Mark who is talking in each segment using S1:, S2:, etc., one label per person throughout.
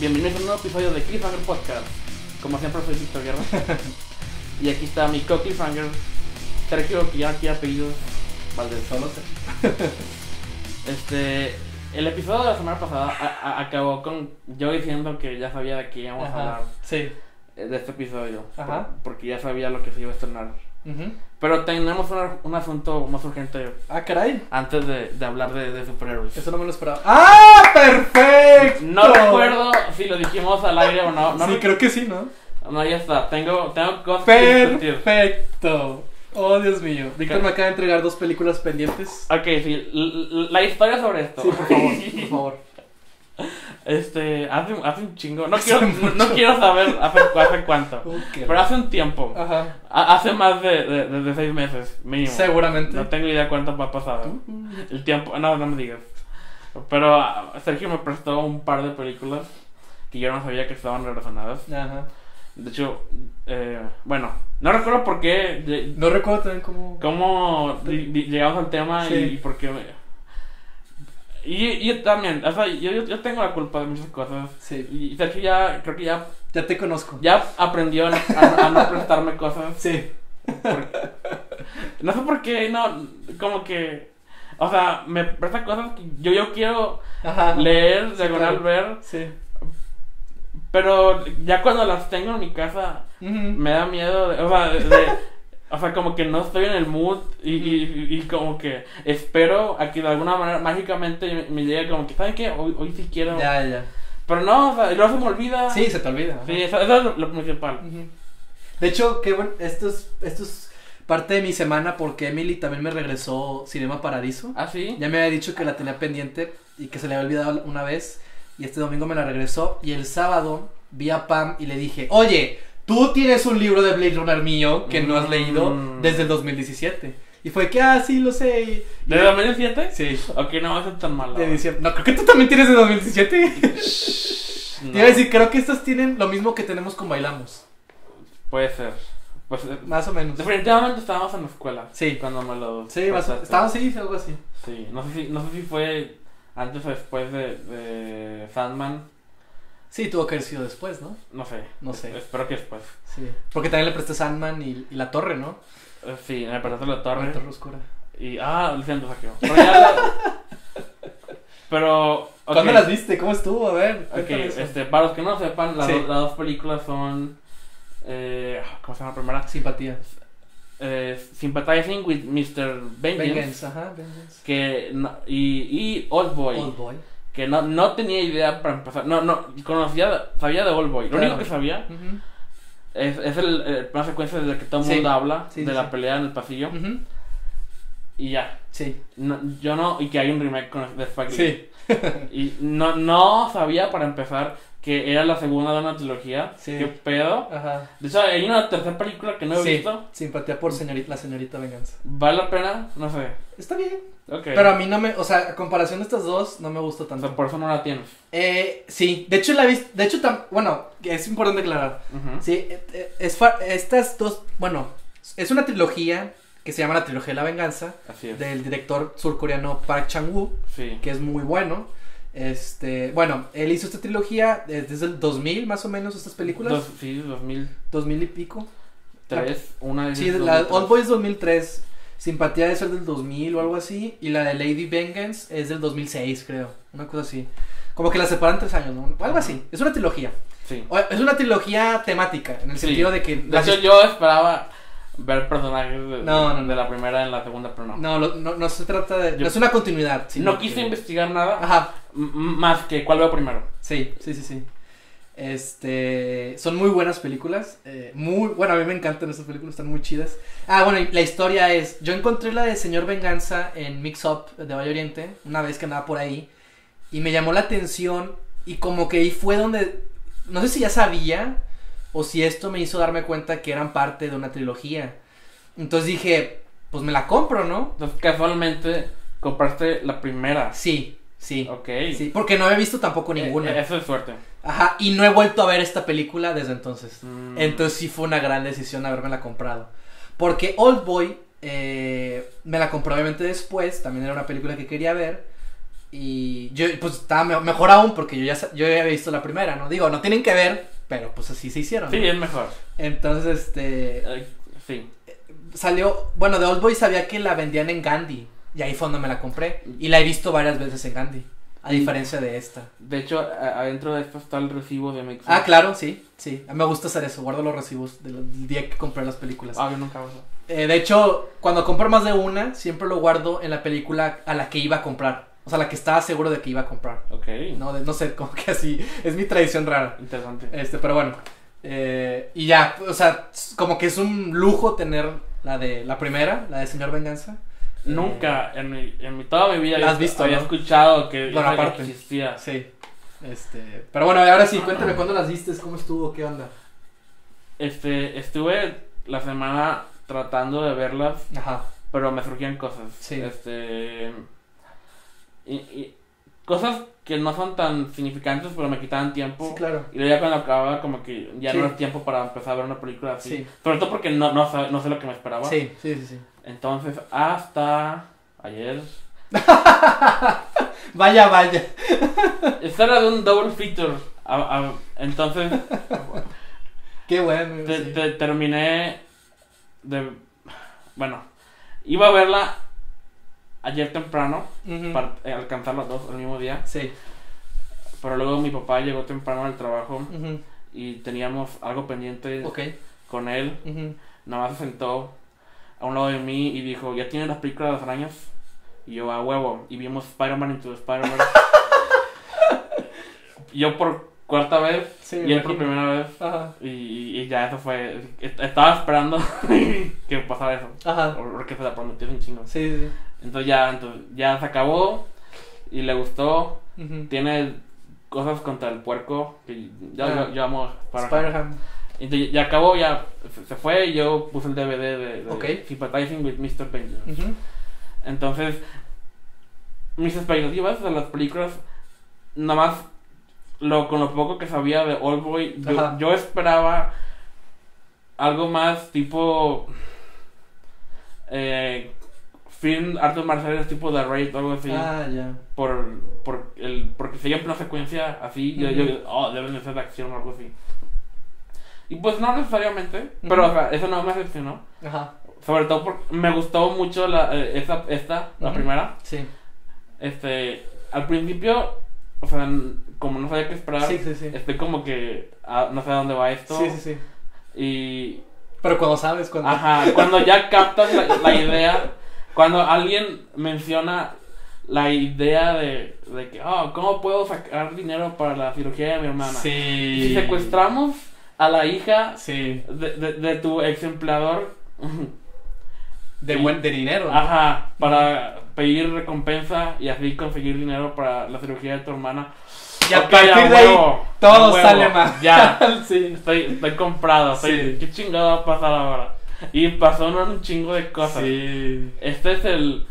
S1: Bienvenidos a un nuevo episodio de Cliffhanger Podcast. Como siempre soy Víctor Guerra. y aquí está mi co-cliffhanger, Sergio, que ya aquí apellido Valdez.
S2: Solo sé.
S1: Este, el episodio de la semana pasada a- a- acabó con yo diciendo que ya sabía de qué íbamos a hablar
S2: Sí.
S1: eh, de este episodio.
S2: Ajá.
S1: por- porque ya sabía lo que se iba a estrenar.
S2: Ujú.
S1: Pero tenemos un, un asunto más urgente
S2: Ah, caray.
S1: antes de, de hablar de, de superhéroes.
S2: Eso no me lo esperaba. ¡Ah! ¡Perfecto!
S1: No recuerdo si lo dijimos al aire o no. No,
S2: sí,
S1: rec-
S2: creo que sí, ¿no?
S1: no, ya está. Tengo, tengo cosas que discutir.
S2: Perfecto. Oh, Dios mío. Víctor me acaba de entregar dos películas pendientes.
S1: Ok, sí, l- l- la historia sobre esto.
S2: Sí, por favor, por favor.
S1: Este, hace, un- hace un chingo. No
S2: Hace
S1: quiero, no,
S2: mucho.
S1: no quiero saber hace, cu- hace cuánto.
S2: Ok.
S1: Oh, Pero hace un tiempo.
S2: Oh, Ajá.
S1: Ha- Hace más de, de, de- de seis meses, mínimo.
S2: Seguramente.
S1: No tengo idea cuánto va a pasar. El tiempo, no, no me digas. Pero ah, Sergio me prestó un par de películas que yo no sabía que estaban relacionadas.
S2: Ajá.
S1: De hecho, eh, bueno, no recuerdo por qué lle-
S2: No recuerdo también cómo.
S1: ¿Cómo di- di- llegamos al tema
S2: Sí.
S1: y por qué? Y y yo también, o sea, yo, yo- yo tengo la culpa de muchas cosas.
S2: Sí.
S1: Y Sergio ya, creo que ya,
S2: Ya te conozco.
S1: ya aprendió a, a- a no prestarme cosas.
S2: Sí.
S1: Por- no sé por qué, no, como que, o sea, me presta cosas que yo, yo quiero
S2: Ajá.
S1: leer,
S2: Sí,
S1: diagonal
S2: claro.
S1: ver,
S2: Sí.
S1: pero ya cuando las tengo en mi casa,
S2: Ujú.
S1: me da miedo, de- o sea, de- de- o sea, como que no estoy en el mood y, y- y como que espero a que de alguna manera mágicamente me- me llegue como que, ¿saben qué? Hoy, hoy sí quiero.
S2: Ya, ya.
S1: Pero no, o sea, y luego se me olvida.
S2: Sí, se te olvida.
S1: Sí, eso, eso es lo, lo principal.
S2: Ujú. De hecho, qué bueno, esto es, esto es parte de mi semana porque Emily también me regresó Cinema Paradiso.
S1: ¿Ah, sí?
S2: Ya me había dicho que la tenía pendiente y que se le había olvidado una vez y este domingo me la regresó y el sábado vi a Pam y le dije, oye, tú tienes un libro de Blade Runner mío que no has leído
S1: Mm.
S2: desde el 2017. Y fue que, ah, sí, lo sé. y-
S1: ¿De 2007?
S2: Sí.
S1: Ok, no, eso es tan malo.
S2: De 17. No, creo que tú también tienes de 2017.
S1: No,
S2: Te iba a decir, creo que estas tienen lo mismo que tenemos con Bailamos.
S1: Puede ser. Pues, eh,
S2: Más o menos.
S1: definitivamente estábamos en la escuela.
S2: Sí.
S1: Cuando me lo.
S2: Sí, más o-
S1: pasaste.
S2: estaban sí, algo así.
S1: Sí, no sé, si, no sé si fue antes o después de, de Sandman.
S2: Sí, tuvo que haber sido después, ¿no?
S1: No sé.
S2: No sé.
S1: Espero que después.
S2: Sí. Porque también le presté Sandman y, y la torre, ¿no?
S1: Eh, Sí, me prestaste la
S2: La
S1: torre.
S2: torre oscura.
S1: Y. Ah, lo siento, saqueo. Pero ya. la- Pero. ok,
S2: ¿Cuándo las viste? ¿Cómo estuvo? A ver.
S1: Ok,
S2: cuéntame eso.
S1: este, para los que no sepan, las,
S2: Sí.
S1: do- las dos películas son. Eh, ¿Cómo se llama la primera?
S2: Simpatía.
S1: Eh, Sympathizing with Mr. Vengeance.
S2: Vengeance, ajá, Vengeance.
S1: Que no- y, y Old Boy.
S2: Old Boy.
S1: Que no, no tenía idea para empezar. No, no, conocía, sabía de Old Boy. Lo
S2: Claro.
S1: único que sabía
S2: Ujú,
S1: es, es el, el- una secuencia de la que todo el
S2: Sí.
S1: mundo habla,
S2: Sí,
S1: de
S2: sí,
S1: la
S2: sí.
S1: pelea en el pasillo.
S2: ujú.
S1: Y ya.
S2: Sí.
S1: No, yo no, y que hay un remake con, de Spike Lee.
S2: Sí.
S1: Y no, no sabía para empezar que era la segunda de una trilogía.
S2: Sí.
S1: ¿Qué pedo?
S2: Ajá.
S1: De hecho, hay una tercera película que no he
S2: Sí,
S1: visto.
S2: Simpatía por señorita, la señorita Venganza.
S1: ¿Vale la pena? No sé.
S2: Está bien.
S1: Ok.
S2: Pero a mí no me, o sea, a comparación de estas dos, no me gustó
S1: O
S2: tanto.
S1: sea, por eso no la tienes.
S2: Eh, sí, de hecho la viste, de hecho, tam- bueno, es importante aclarar.
S1: Ujú.
S2: Sí, eh, eh, es fa- estas dos, bueno, es una trilogía que se llama la trilogía de la venganza
S1: Así es.
S2: del director surcoreano Park Chang-woo,
S1: Sí.
S2: que es muy bueno. Este, bueno, él hizo esta trilogía eh, desde el 2000 más o menos estas películas,
S1: Dos, sí, 2003.
S2: 2000 y pico.
S1: Una de
S2: Sí, la Old Boy es 2003, Simpatía es el del 2000 o algo así y la de Lady Vengeance es del 2006, creo, una cosa así. Como que la separan tres años, ¿no? Algo así. Es una trilogía.
S1: Sí.
S2: O- Es una trilogía temática, en el
S1: Sí.
S2: sentido de que...
S1: De
S2: las
S1: hecho, yo esperaba ver personajes de,
S2: No, no, no.
S1: de la primera en la segunda, pero no.
S2: No, lo- no, no se trata de.
S1: Yo-
S2: no Ah. es una continuidad. sino
S1: no quise
S2: que-
S1: investigar nada
S2: Ajá,
S1: m- m- más que cuál veo primero.
S2: sí, sí, sí, sí. Este. Son muy buenas películas. eh, muy. Bueno, a mí me encantan esas películas, están muy chidas. Ah, bueno, y la historia es. Yo encontré la de Señor Venganza en Mix Up de Valle Oriente, una vez que andaba por ahí. Y me llamó la atención. Y como que ahí fue donde. No sé si ya sabía. O si esto me hizo darme cuenta que eran parte de una trilogía. Entonces dije. Pues me la compro, ¿no?
S1: Entonces, casualmente, compraste la primera.
S2: Sí, sí.
S1: Ok.
S2: Sí, porque no he visto tampoco
S1: Eh, eh,
S2: ninguna.
S1: eso es suerte.
S2: Ajá, y no he vuelto a ver esta película desde entonces.
S1: Mm.
S2: Entonces sí fue una gran decisión habérmela comprado. Porque eh, Old Boy me la compré obviamente después, también era una película que quería ver. Y yo, pues estaba me- mejor aún porque yo ya, sa- yo ya había visto la primera, ¿no? Digo, no tienen que ver, pero pues así se hicieron.
S1: Sí,
S2: ¿no?
S1: es mejor.
S2: Entonces, este.
S1: Eh, sí.
S2: Salió. Bueno, de Oldboy sabía que la vendían en Gandhi. Y ahí fue donde me la compré. Y la he visto varias veces en Gandhi.
S1: Mm.
S2: A diferencia de esta.
S1: De hecho, a- adentro de esto está el recibo de Mix.
S2: Ah, claro, sí, sí. Me gusta hacer eso. Guardo los recibos del día que compré las películas.
S1: Ah, yo nunca uso.
S2: Eh, de hecho, cuando compro más de una, siempre lo guardo en la película a la que iba a comprar. O sea, la que estaba seguro de que iba a comprar.
S1: Ok.
S2: No, De- no sé, como que así. Es mi tradición rara.
S1: Interesante.
S2: Este, pero bueno. Eh, y ya, o sea, s- como que es un lujo tener la de la primera, la de Señor Venganza.
S1: Nunca en mi, en mi toda mi vida
S2: La has
S1: había-
S2: visto,
S1: había
S2: ¿no?
S1: escuchado que
S2: Bueno,
S1: esa
S2: aparte.
S1: existía.
S2: Sí. Este, pero bueno, ahora sí, cuéntame cuándo las viste, cómo estuvo, qué onda.
S1: Este, estuve la semana tratando de verlas,
S2: Ajá.
S1: pero me surgían cosas.
S2: Sí.
S1: Este. Y, y cosas que no son tan significantes, pero me quitaban tiempo.
S2: Sí, claro.
S1: Y luego ya cuando acababa, como que ya
S2: Sí.
S1: no era tiempo para empezar a ver una película así.
S2: Sí.
S1: Sobre todo porque no, no, sab- no sé lo que me esperaba.
S2: Sí, sí, sí. sí.
S1: Entonces, hasta ayer.
S2: Vaya, vaya.
S1: Esta era de un double feature. A- a- entonces,
S2: Qué bueno.
S1: te-
S2: sí.
S1: te- terminé de. Bueno, iba a verla ayer temprano
S2: Ujú.
S1: para eh, alcanzar las dos el mismo día.
S2: Sí.
S1: Pero luego mi papá llegó temprano al trabajo
S2: Ujú.
S1: y teníamos algo pendiente
S2: Ok.
S1: con él.
S2: Ujú.
S1: Nada más se sentó a un lado de mí y dijo: ¿Ya tienes las películas de las arañas? Y yo, a huevo. Y vimos Spider-Man Into the Spider-Man. yo por cuarta vez
S2: Sí,
S1: y
S2: me
S1: él por
S2: imagino.
S1: primera vez.
S2: Ajá.
S1: Y, y ya eso fue. est- Estaba esperando que pasara eso.
S2: Ajá.
S1: Porque se la prometió un chingo.
S2: Sí, sí.
S1: Entonces ya, entonces ya se acabó. Y le gustó.
S2: sí. Ujú.
S1: Tiene cosas contra el puerco. Que ya
S2: Ah.
S1: lo llamo Spider-Man.
S2: Spider-Ham.
S1: Entonces ya acabó, ya se- se fue. Y yo puse el DVD de, de
S2: Ok.
S1: Sympathizing with Mr. Penguin.
S2: Ujú.
S1: Entonces, mis expectativas de las películas, nada más lo, con lo poco que sabía de Oldboy,
S2: Ajá.
S1: yo, yo esperaba algo más tipo eh, film artes marciales tipo The Raid o algo así
S2: Ah, ya.
S1: por, por el, porque seguían una secuencia así yo, yo
S2: Ujú.
S1: oh deben de ser de acción o algo así y pues no necesariamente pero
S2: Ujú.
S1: o sea, eso no me decepcionó
S2: Ajá.
S1: sobre todo porque me gustó mucho la, eh, esa, esta, la
S2: Ujú.
S1: primera.
S2: Sí.
S1: Este, al principio, o sea, n- como no sabía qué esperar,
S2: Sí, sí, sí.
S1: estoy como que ah, no sé a dónde va esto.
S2: Sí, sí, sí.
S1: Y,
S2: Pero cuando sabes, cuando.
S1: ajá, cuando ya captas la, la idea, cuando alguien menciona la idea de, de que, oh, ¿cómo puedo sacar dinero para la cirugía de mi hermana?
S2: Sí.
S1: Y si secuestramos a la hija
S2: Sí.
S1: de, de, de tu ex empleador,
S2: De
S1: Sí.
S2: buen de dinero. ¿no?
S1: Ajá, para pedir recompensa y así conseguir dinero para la cirugía de tu hermana.
S2: Y a
S1: Ok,
S2: partir
S1: a
S2: de ahí,
S1: huevo,
S2: todo
S1: a huevo,
S2: sale mal.
S1: Ya,
S2: sí.
S1: estoy, estoy comprado. Estoy,
S2: Sí.
S1: ¿Qué chingado va a pasar ahora? Y pasó un chingo de cosas.
S2: Sí.
S1: Este es el.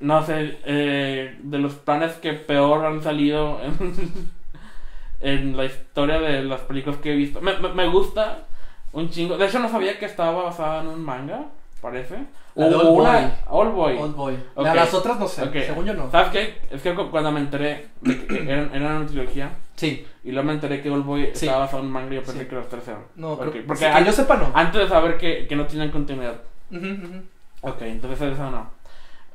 S1: No sé, eh, de los planes que peor han salido en, en la historia de las películas que he visto. Me, me, me gusta un chingo. De hecho, no sabía que estaba basada en un manga, parece.
S2: La de
S1: O
S2: Old
S1: una-
S2: Boy.
S1: Old Boy.
S2: Old boy.
S1: Ok.
S2: La- Las otras no sé.
S1: Ok.
S2: Según yo no.
S1: ¿Sabes qué? Es que cu- cuando me enteré de que eran, eran una trilogía
S2: Sí.
S1: y luego me enteré que Oldboy
S2: Sí.
S1: estaba basado en un manga y yo pensé
S2: Sí.
S1: que los tres eran.
S2: No,
S1: Ok,
S2: creo
S1: Porque
S2: sí, que
S1: an-
S2: yo sepa no.
S1: antes de saber que, que no tenían continuidad.
S2: Ujú, ujú.
S1: Ok, entonces eso no.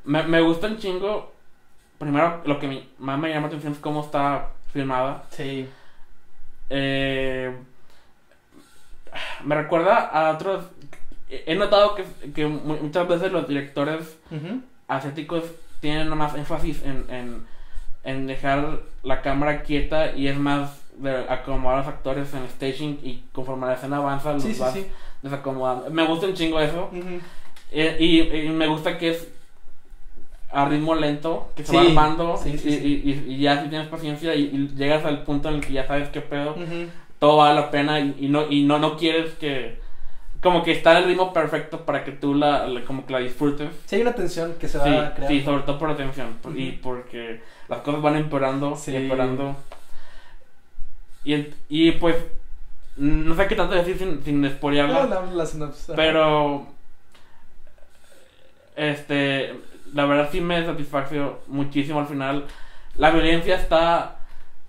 S1: Me, me gusta un chingo. Primero, lo que me- más me llama la atención es cómo está filmada.
S2: Sí.
S1: Eh, me recuerda a otros. He notado que, que mu- muchas veces los directores
S2: Ujú.
S1: asiáticos tienen más énfasis en, en, en dejar la cámara quieta y es más de acomodar a los actores en el staging y conforme la escena avanza los
S2: Sí, sí,
S1: vas
S2: sí.
S1: desacomodando. Me gusta un chingo eso
S2: Ujú.
S1: Eh, y, y me gusta que es a ritmo lento, que se va
S2: Sí,
S1: armando
S2: sí, sí,
S1: y,
S2: sí.
S1: y- y- y ya si tienes paciencia y, y llegas al punto en el que ya sabes qué pedo,
S2: Ujú.
S1: todo vale la pena y, y no y no no quieres que como que está el ritmo perfecto para que tú la- la como que la disfrutes.
S2: Sí, hay una tensión que se va
S1: Sí,
S2: a crear.
S1: sí, sobre todo por atención por- y
S2: Ujú.
S1: porque las cosas van empeorando
S2: Sí.
S1: y empeorando. Y, en- y, pues, no sé qué tanto decir sin, sin
S2: No,
S1: spoilearla,
S2: la- la sinopsis, ajá.
S1: pero. Este. la verdad sí me satisfació muchísimo al final. La violencia está,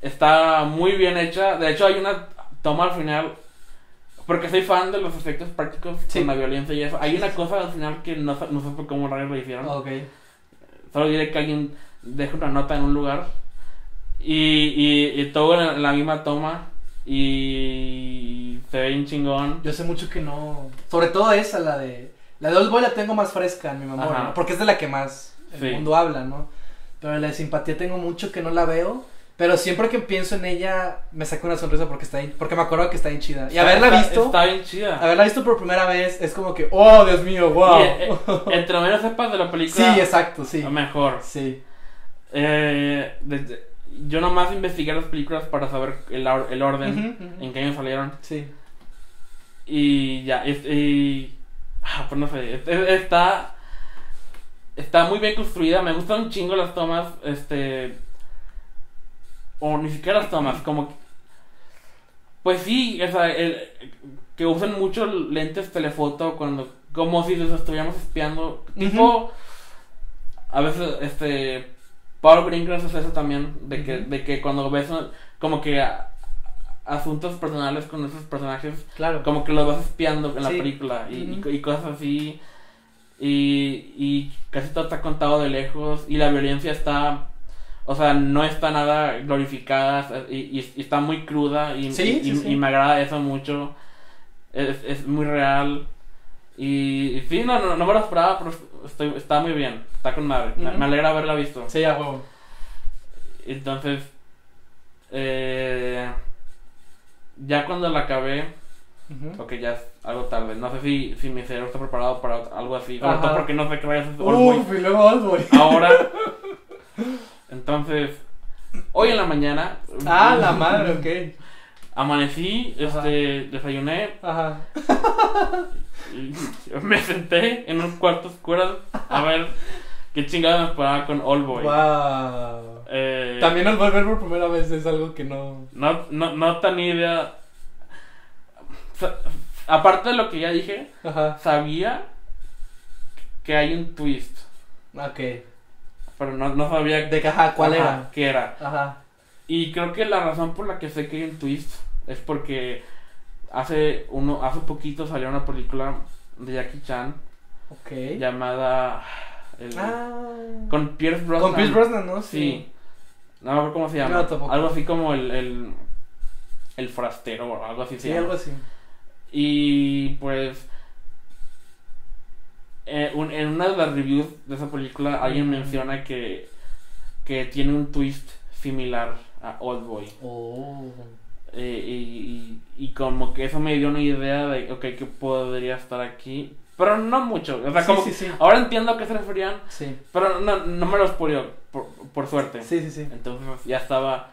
S1: está muy bien hecha. De hecho, hay una toma al final. Porque soy fan de los efectos prácticos
S2: Sí.
S1: con
S2: Oh.
S1: la violencia y eso. Hay una cosa al final que no, sa- no sé por cómo rayos lo hicieron.
S2: Ok.
S1: Solo diré que alguien deja una nota en un lugar y, y, y todo en la misma toma y se ve bien chingón.
S2: Yo sé mucho que no. Sobre todo esa, la de. La de Old Boy la tengo más fresca en mi memoria,
S1: Ajá.
S2: ¿no? porque es de la que más el
S1: Sí.
S2: mundo habla, ¿no? Pero la de simpatía tengo mucho que no la veo. Pero siempre que pienso en ella, me saca una sonrisa porque está bien- porque me acuerdo que está bien chida. Y haberla
S1: Está-
S2: visto,
S1: Está bien chida.
S2: haberla visto por primera vez, es como que, oh, Dios mío, wow.
S1: Y, eh, eh, entre menos sepas de la
S2: sí,
S1: película,
S2: exacto, sí.
S1: mejor.
S2: Sí.
S1: Eh, desde- yo nomás investigué las películas para saber el, or- el orden,
S2: Ujú, ujú.
S1: en qué año salieron.
S2: Sí.
S1: Y ya, es- y- ah, pues no sé, es- es- está... Está muy bien construida, me gustan un chingo las tomas, este... O ni siquiera las tomas, como... que- Pues sí, o sea, el- que usan mucho lentes telefoto cuando... Como si los estuviéramos espiando. Tipo... A veces, este... Paul Greengrass hace eso también, de que,
S2: Ujú.
S1: de que cuando ves una- como que a- asuntos personales con esos personajes
S2: Claro.
S1: como que los vas espiando en la
S2: Sí.
S1: película y, y-
S2: Ujú.
S1: y cosas así. Y, y casi todo está contado de lejos. Y la violencia está. O sea, no está nada glorificada y, y- y está muy cruda. Y,
S2: Sí,
S1: y-
S2: sí,
S1: y-
S2: sí.
S1: y me agrada eso mucho. Es, es muy real. Y, y sí, no, no, no me lo esperaba, pero estoy- está muy bien. Está con madre. Me-
S2: Ujú.
S1: Me alegra haberla visto.
S2: Sí, a huevo.
S1: Entonces, eh, ya cuando la acabé,
S2: Ujú.
S1: Ok, ya es algo tarde. No sé si, si mi cerebro está preparado para ot- algo así. Sobre
S2: Ajá.
S1: todo porque no sé qué vayas a hacer
S2: Uf, y luego Old Boy.
S1: ahora. Entonces, hoy en la mañana.
S2: Ah, la madre, ok.
S1: Amanecí,
S2: Ajá.
S1: este, desayuné,
S2: Ajá.
S1: y me senté en un cuarto oscuro a ver qué chingada me esperaba con Oldboy.
S2: Wow.
S1: Eh,
S2: También al volver por primera vez es algo que no.
S1: no, no, no tenía idea. Sa- Aparte de lo que ya dije,
S2: Ajá.
S1: sabía que hay un twist.
S2: Ok.
S1: Pero no, no sabía
S2: De caja, ¿cuál
S1: ajá,
S2: era?
S1: qué era.
S2: Ajá.
S1: Y creo que la razón por la que sé que hay un twist es porque hace uno hace poquito salió una película de Jackie Chan
S2: Ok.
S1: llamada el-
S2: Ah.
S1: con Pierce Brosnan.
S2: Con Pierce Brosnan, ¿no?
S1: Sí. No me acuerdo cómo se llama.
S2: No, tampoco.
S1: algo así como el el, el forastero o algo así
S2: Sí,
S1: se llama.
S2: algo así.
S1: Y pues eh, un- en una de las reviews de esa película alguien menciona que, que tiene un twist similar a Oldboy.
S2: Oh.
S1: Eh, y, y- y como que eso me dio una idea de, ok, que podría estar aquí. Pero no mucho. O sea,
S2: Sí,
S1: como
S2: sí, sí.
S1: ahora entiendo a qué se referían,
S2: Sí.
S1: pero no, no me los spoileó, por, por suerte.
S2: Sí, sí, sí.
S1: Entonces ya estaba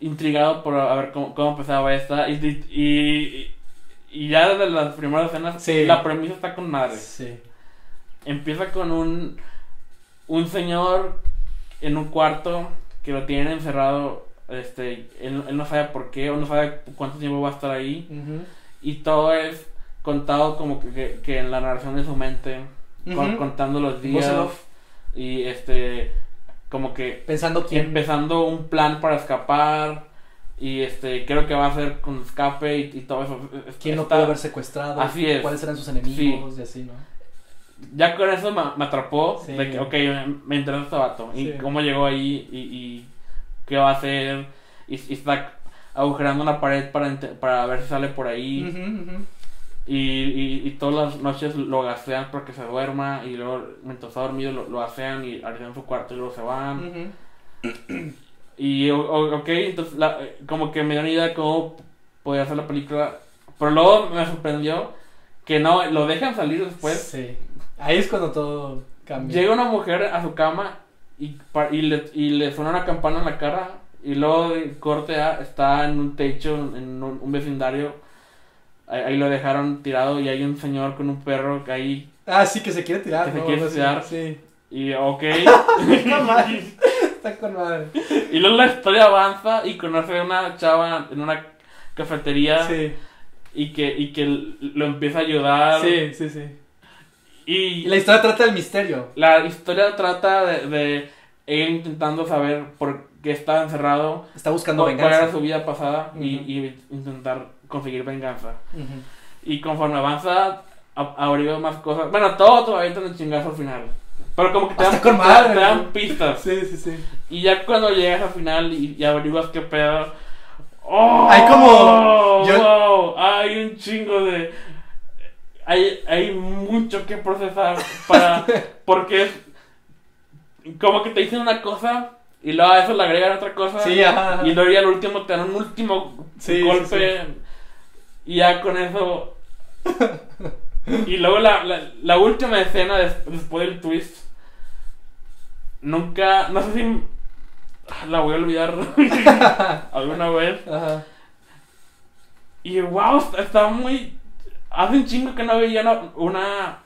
S1: intrigado por a ver cómo, cómo empezaba esta. Y, y, y- y ya desde las primeras escenas,
S2: Sí.
S1: la premisa está con madre.
S2: Sí.
S1: Empieza con un, un señor en un cuarto que lo tienen encerrado. Este, él, él no sabe por qué o no sabe cuánto tiempo va a estar ahí.
S2: Ujú.
S1: Y todo es contado como que, que- que en la narración de su mente, con-
S2: Ujú.
S1: contando los
S2: Voz en
S1: días.
S2: off.
S1: Y este, como que
S2: Pensando quién.
S1: empezando un plan para escapar y este creo que va a ser con escape y, y todo eso
S2: ¿Quién no
S1: Está-
S2: pudo haber secuestrado?
S1: Así es.
S2: ¿Cuáles eran sus enemigos? Y así, ¿no?
S1: ya con eso me, me atrapó
S2: Sí.
S1: de que ok me, me interesa este vato y
S2: Sí.
S1: cómo llegó ahí y, y qué va a hacer y, y está agujerando una pared para ent- para ver si sale por ahí
S2: Ujú, ujú.
S1: y, y- y todas las noches lo gasean para que se duerma y luego mientras está dormido lo, lo asean y arriesgan su cuarto y luego se van
S2: Ujú.
S1: Y, o- o- ok, entonces, la- eh, como que me dio una idea de cómo podía hacer la película. Pero luego me sorprendió que no, lo dejan salir después.
S2: Sí. Ahí es cuando todo cambia.
S1: Llega una mujer a su cama y, pa- y, le, y le suena una campana en la cara. Y luego de corte A, está en un techo, en un, un vecindario. Ahí, ahí lo dejaron tirado y hay un señor con un perro que ahí.
S2: Ah, sí, que se quiere tirar.
S1: Que se
S2: ¿no?
S1: quiere
S2: Algo así.
S1: tirar.
S2: Sí.
S1: Y ok.
S2: Está mal. Está con madre.
S1: y luego la historia avanza y conoce a una chava en una cafetería.
S2: Sí. Ah,
S1: y que, y que lo empieza a ayudar
S2: Sí, sí, sí.
S1: Y
S2: Y la historia trata del misterio.
S1: la historia trata de, de él intentando saber por qué estaba encerrado,
S2: Está buscando
S1: cuál cuál era
S2: venganza.
S1: su vida pasada y,
S2: Ujú.
S1: y intentar conseguir venganza.
S2: Ujú.
S1: Y conforme avanza, a- abrió más cosas. Bueno, todo todavía está en el chingazo al final. Pero como que te
S2: Ah,
S1: dan,
S2: está con
S1: te dan-
S2: madre,
S1: te dan
S2: ¿no?
S1: pistas.
S2: Sí, sí, sí.
S1: Y ya cuando llegas al final y, y averiguas qué pedo. ¡Oh!
S2: Hay como- yo-
S1: wow, hay un chingo de. Hay, hay mucho que procesar para. porque es. Como que te dicen una cosa y luego a eso le agregan otra cosa.
S2: Sí, ajá, ajá.
S1: Y luego ya al último te dan un último
S2: Sí,
S1: golpe. Y ya con eso. y luego la, la, la última escena des- después del twist. Nunca. No sé si. ah, La voy a olvidar alguna vez.
S2: Ajá.
S1: Y wow, está, está muy. Hace un chingo que no veía una, una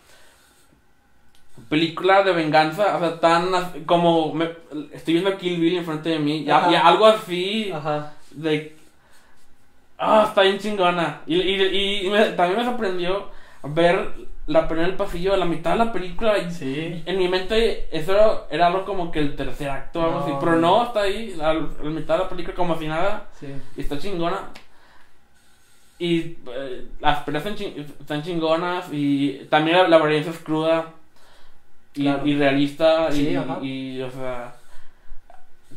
S1: película de venganza. O sea, tan as- como. me- estoy viendo Kill Bill enfrente de mí. Ya,
S2: Ajá.
S1: ya algo así.
S2: Ajá.
S1: de ah está bien chingona y, y, y me- también me sorprendió ver la pelea en el pasillo a la mitad de la película y
S2: Sí.
S1: en mi mente eso era, era algo como que el tercer acto algo
S2: No.
S1: así pero no está ahí a la a la mitad de la película como si nada
S2: Sí.
S1: y está chingona y eh, las peleas están, chin- están chingonas y también la, la violencia es cruda y,
S2: Claro.
S1: y realista
S2: Sí,
S1: y,
S2: ajá.
S1: y, o sea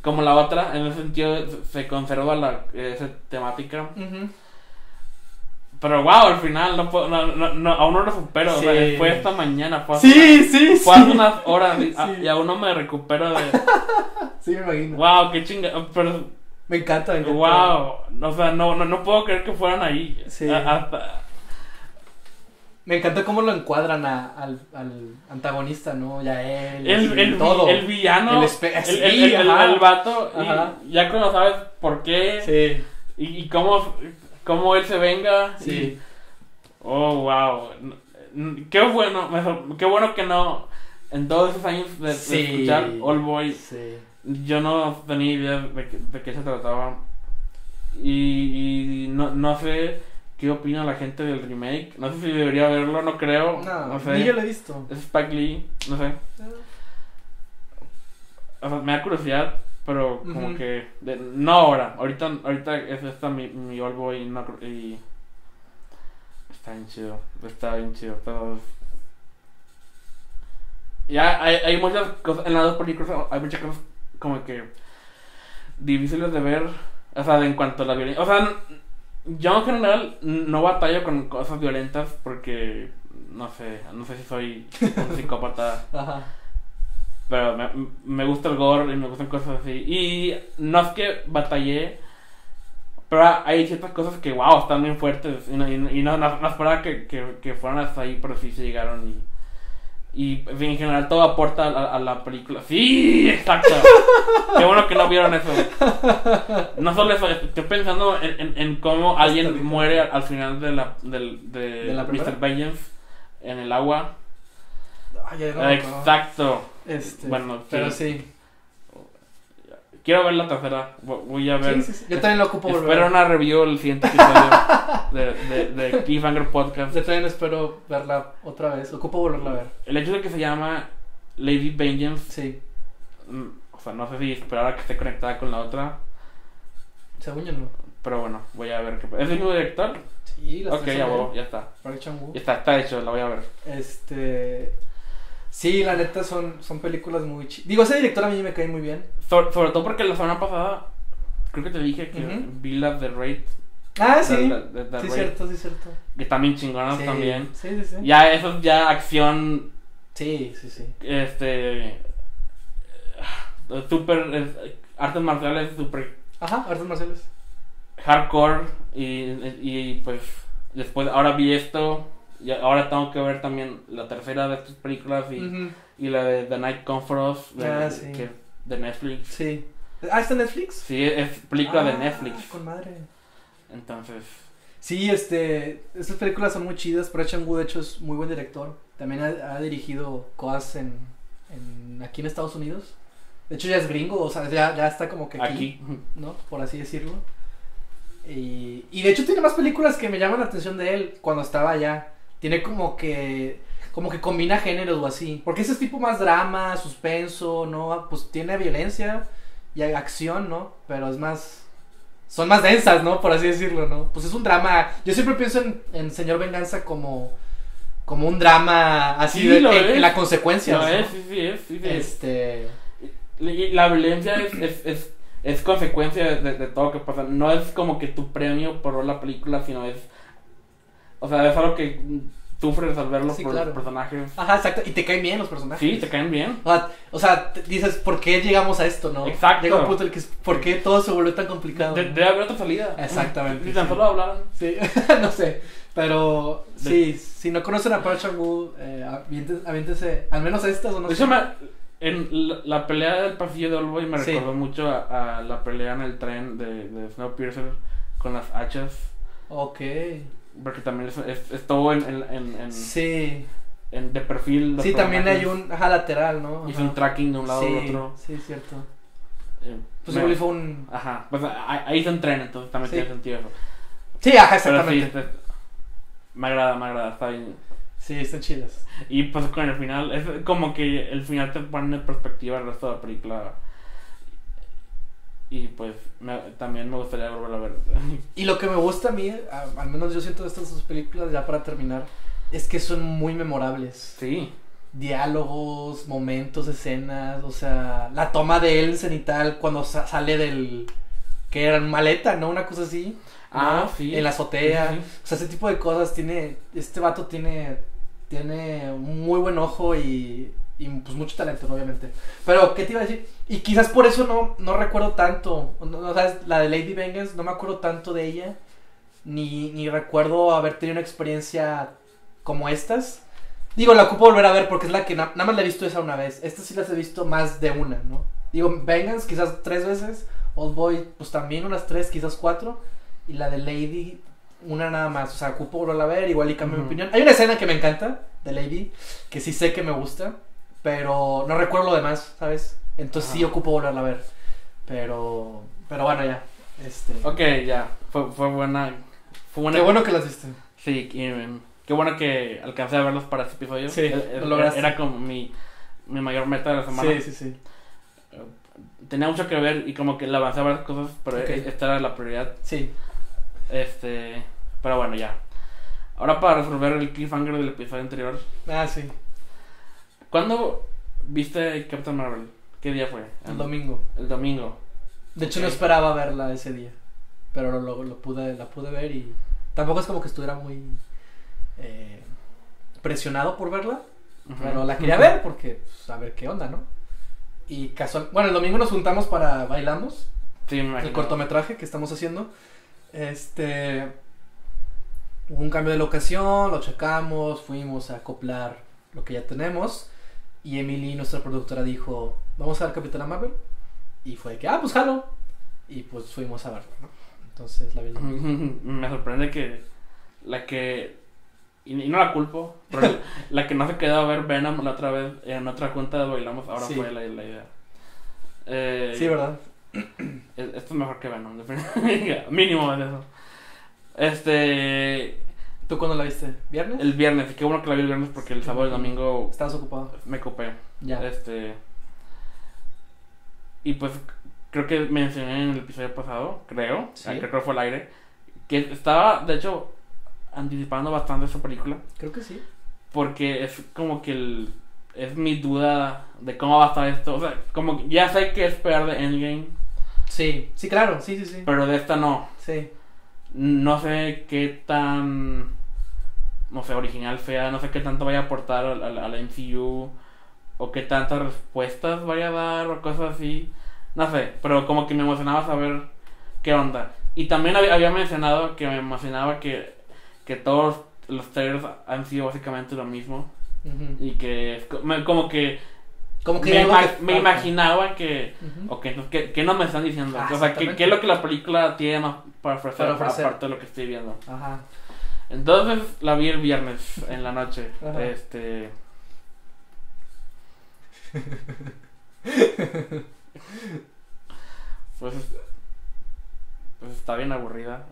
S1: como la otra en ese sentido se- se conserva la esa temática
S2: Ujú.
S1: pero wow al final no, puedo- no, no, no- aún no lo supero o sea,
S2: Sí.
S1: fue esta mañana fue hace-
S2: Sí, sí,
S1: fue hace
S2: sí.
S1: unas horas y, a-
S2: Sí.
S1: y aún no me recupero de
S2: Sí, me imagino.
S1: wow qué chinga pero
S2: Me encanta, me encanta.
S1: Wow, o sea, no, no, no puedo creer que fueran ahí.
S2: Sí.
S1: A- hasta-
S2: Me encanta cómo lo encuadran a- al, al antagonista, ¿no? Ya él.
S1: el,
S2: sí,
S1: el,
S2: todo.
S1: el villano,
S2: El
S1: el,
S2: espe-
S1: el,
S2: sí,
S1: el- el-
S2: ajá.
S1: el vato, y
S2: Ajá.
S1: ya cuando sabes por qué
S2: Sí,
S1: y, y cómo, cómo él se venga.
S2: sí.
S1: Oh, wow. N- Qué bueno, me sor- qué bueno que no. En todos esos años de, de
S2: Sí.
S1: escuchar All Boy,
S2: Sí.
S1: yo no tenía idea de, qué- de qué se trataba. Y, y no, no sé qué opina la gente del remake. No sé si debería verlo, no creo.
S2: No,
S1: sé.
S2: ni yo lo he visto.
S1: Es Spike Lee, no sé. O sea, me da curiosidad, pero como
S2: Ujú.
S1: que. de- no ahora. Ahorita, ahorita es esta mi, mi All Boy y, no cre- y. Está bien chido. Está bien chido. Pero. Ya hay, hay muchas cosas. En las dos películas hay muchas cosas como que. difíciles de ver. O sea, de- en cuanto a la violencia. O sea, n- yo en general no batallo con cosas violentas porque. No sé, no sé si soy un psicópata.
S2: Ajá.
S1: Pero me, me gusta el gore y me gustan cosas así. Y no es que batallé, pero hay ciertas cosas que, wow, están bien fuertes. Y no, y no- y no, no- no esperaba que, que, que fueran hasta ahí, pero sí se llegaron. Y, y pues, en fin, en general todo aporta a, a la película. Sí, exacto. Qué bueno que no vieron eso. No solo eso, estoy pensando en, en, en cómo
S2: Hasta
S1: alguien
S2: ahorita.
S1: muere al, al final de, la, del de,
S2: ¿De la primera?
S1: Mr. Vengeance en el agua.
S2: Ay, Ah, ya no me acuerdo.
S1: Exacto.
S2: Este,
S1: Bueno,
S2: pero
S1: sí.
S2: sí.
S1: Quiero ver la tercera. Vo- Voy a ver.
S2: Sí, sí, sí. Yo también lo ocupo volver.
S1: Espero una review el siguiente episodio de, de, de Cliffhanger Podcast.
S2: Yo también espero verla otra vez. Ocupo volverla a ver.
S1: El hecho de que se llama Lady Vengeance,
S2: Sí.
S1: mm, o sea, no sé si esperar a que esté conectada con la otra,
S2: Según yo no.
S1: pero bueno, voy a ver qué pa- ¿Es el mismo director?
S2: Sí, las
S1: Ok,
S2: tres
S1: ya,
S2: son de él.
S1: huevo, ya está.
S2: Park Chan-wook.
S1: Ya está, está hecho, la voy a ver.
S2: Este. Sí, la neta son, son películas muy chi- Digo, ese director a mí me cae muy bien.
S1: Sobre, sobre todo porque la semana pasada, creo que te dije que
S2: Ujú.
S1: vi las de Raid.
S2: Ah,
S1: las de-
S2: sí.
S1: de- de
S2: Sí,
S1: Raid,
S2: cierto, sí, cierto.
S1: Que también chingonas
S2: Sí,
S1: Ah, también.
S2: Sí, sí, sí.
S1: Ya, eso es ya acción
S2: Sí, sí, sí.
S1: este eh, super eh, artes marciales super
S2: Ajá, artes marciales.
S1: hardcore y, y pues después ahora vi esto y ahora tengo que ver también la tercera de estas películas y,
S2: Ujú,
S1: y la de The Night Conference de,
S2: Ah, sí.
S1: que- de Netflix
S2: Sí. Ah, ¿está en Netflix?
S1: sí es película de
S2: Ah,
S1: Netflix
S2: Con madre.
S1: entonces
S2: Sí, este. Estas películas son muy chidas. Park Chan-wook, de hecho, es muy buen director. También ha, ha dirigido cosas en, en- aquí en Estados Unidos. De hecho, ya es gringo, o sea, ya, ya está como que
S1: aquí
S2: ¿no? Por así decirlo. Y, y de hecho tiene más películas que me llaman la atención de él cuando estaba allá. Tiene como que... como que combina géneros o así. Porque ese es tipo más drama, suspenso, ¿no? Pues tiene violencia y hay acción, ¿no? Pero es más... Son más densas, ¿no? Por así decirlo, ¿no? Pues es un drama... Yo siempre pienso en, en Señor Venganza como... Como un drama así
S1: Sí,
S2: de, en,
S1: lo
S2: en
S1: es.
S2: la consecuencia.
S1: No, es, sí, sí, es, sí, sí es.
S2: Este...
S1: Y La violencia es, es, es, es consecuencia de, de todo lo que pasa. No es como que tu premio por ver la película, sino es. O sea, es algo que sufres al verlo
S2: Sí,
S1: por
S2: claro.
S1: los personajes.
S2: Ajá, exacto. Y te caen bien los personajes.
S1: Sí, te caen bien.
S2: O sea, o sea, te- dices, ¿por qué llegamos a esto, no?
S1: Exacto.
S2: Llega un punto en el que es, ¿por qué todo se volvió tan complicado?
S1: De- debe haber otra salida.
S2: Exactamente,
S1: Ni tan
S2: sí.
S1: solo hablaron.
S2: Sí, no sé. Pero
S1: De-
S2: sí, si no conocen a Parcha Wu, eh, aviéntense, aviéntense al menos estas o no
S1: De hecho, me- en la, la pelea del pasillo de Oldboy me
S2: Sí.
S1: recordó mucho a, a la pelea en el tren de, de Snowpiercer con las hachas.
S2: Ok.
S1: Porque también es, es- es todo en, en- en- en-
S2: Sí.
S1: en- de perfil. Mm. los
S2: Sí, también hay
S1: personajes.
S2: un ajá, lateral, ¿no?
S1: Hizo
S2: Ajá.
S1: un tracking de un lado
S2: sí,
S1: al otro.
S2: Sí, cierto.
S1: Eh,
S2: Pues
S1: me-
S2: igual y fue un.
S1: Ajá, pues a- ahí se entrena, entonces también
S2: Sí.
S1: tiene sentido eso.
S2: Sí, ajá,
S1: Pero sí,
S2: exactamente.
S1: este- me agrada, me agrada, está bien.
S2: sí. están chidas.
S1: Y pues con el final, es como que el final te pone en perspectiva el resto de la película. Y pues me- también me gustaría volver a ver.
S2: Y lo que me gusta a mí, a- al menos yo siento de estas dos películas, ya para terminar, es que son muy memorables.
S1: Sí,
S2: diálogos, momentos, escenas, o sea, la toma de él cenital cuando sa- sale del que era maleta, ¿no? Una cosa así.
S1: Ah,
S2: ¿no?
S1: sí.
S2: En la azotea.
S1: Sí, sí,
S2: O sea, ese tipo de cosas tiene este vato tiene tiene un muy buen ojo y y, pues mucho talento, ¿no? obviamente. Pero qué te iba a decir? Y quizás por eso no no recuerdo tanto, no, no, sabes, la de Lady Vengeance no me acuerdo tanto de ella ni ni recuerdo haber tenido una experiencia como estas. Digo, la ocupo volver a ver porque es la que na- nada más la he visto esa una vez. Estas sí las he visto más de una, ¿no? Digo, Vengeance quizás tres veces. Old Boy, pues también unas tres, quizás cuatro. Y la de Lady, una nada más. O sea, ocupo volverla a ver, igual y cambio mi
S1: Ujú.
S2: opinión. Hay una escena que me encanta de Lady, que sí sé que me gusta, pero no recuerdo lo demás, ¿sabes? Entonces sí
S1: Ajá.
S2: ocupo volverla a ver. Pero, pero bueno, ya. Este,
S1: Ok, ya. Fue, fue buena. Fue buena.
S2: Qué bueno que las viste.
S1: Sí, y, mm, qué bueno que alcancé a verlos para este episodio.
S2: Sí,
S1: Eh, eh,
S2: lo lograste.
S1: Era como mi, mi mayor meta de la semana.
S2: Sí, sí, sí.
S1: Tenía mucho que ver y como que le avancé varias cosas, pero
S2: Ok.
S1: e- esta era la prioridad.
S2: Sí.
S1: Este, pero bueno, ya. Ahora para resolver el cliffhanger del episodio anterior.
S2: Ah, sí.
S1: ¿Cuándo viste Captain Marvel? ¿Qué día fue?
S2: El domingo.
S1: El domingo.
S2: De hecho,
S1: Ah. Ok.
S2: no esperaba verla ese día. Pero lo, lo- lo pude, la pude ver y tampoco es como que estuviera muy eh, presionado por verla.
S1: Ujú.
S2: Pero la quería ver porque pues, a ver qué onda, ¿no? Y casual. Bueno, el domingo nos juntamos para Bailamos,
S1: Sí, me imagino.
S2: el cortometraje que estamos haciendo. Este. Hubo un cambio de locación, lo checamos, fuimos a acoplar lo que ya tenemos. Y Emily, nuestra productora, dijo: Vamos a ver Capitana Marvel. Y fue de que, ah, pues jalo. Y pues fuimos a verlo, ¿no? Entonces la vi. el domingo.
S1: me sorprende que la que. Y, y no la culpo, pero la- la que no se quedó a ver Venom la otra vez en otra cuenta de Bailamos, ahora
S2: Sí.
S1: fue la, la idea. Eh,
S2: Sí, ¿verdad?
S1: Es- Esto es mejor que Venom, definitivamente. Mínimo es eso. Este.
S2: ¿Tú cuándo la viste? ¿Viernes?
S1: El viernes, y qué bueno que la vi el viernes porque el sábado y el domingo
S2: Estabas ocupado.
S1: me copé.
S2: Ya.
S1: Este. Y pues creo que mencioné en el episodio pasado, creo,
S2: Sí.
S1: ah, creo que fue el aire, que estaba de hecho anticipando bastante esa película
S2: Creo que sí.
S1: porque es como que el, es mi duda de cómo va a estar esto. O sea, como que ya sé qué esperar de Endgame,
S2: Sí, sí, claro. Sí, sí, sí.
S1: pero de esta no.
S2: Sí.
S1: no sé qué tan no sé original sea no sé qué tanto vaya a aportar al, al- al MCU o qué tantas respuestas vaya a dar o cosas así no sé pero como que me emocionaba saber qué onda y también hab- había mencionado que me emocionaba que que todos los trailers han sido básicamente lo mismo
S2: Ujú.
S1: y que es co- me- como que,
S2: Como que.
S1: me,
S2: algo
S1: ima-
S2: que
S1: me
S2: falta.
S1: imaginaba que
S2: Ujú.
S1: ok entonces qué, qué no me están diciendo
S2: Ah,
S1: o sea ¿qué,
S2: exactamente.
S1: qué es lo que la película tiene más para ofrecer,
S2: Para ofrecer.
S1: aparte de lo que estoy viendo
S2: Ajá.
S1: Entonces la vi el viernes en la noche.
S2: Ajá.
S1: Este. Pues, pues está bien aburrida.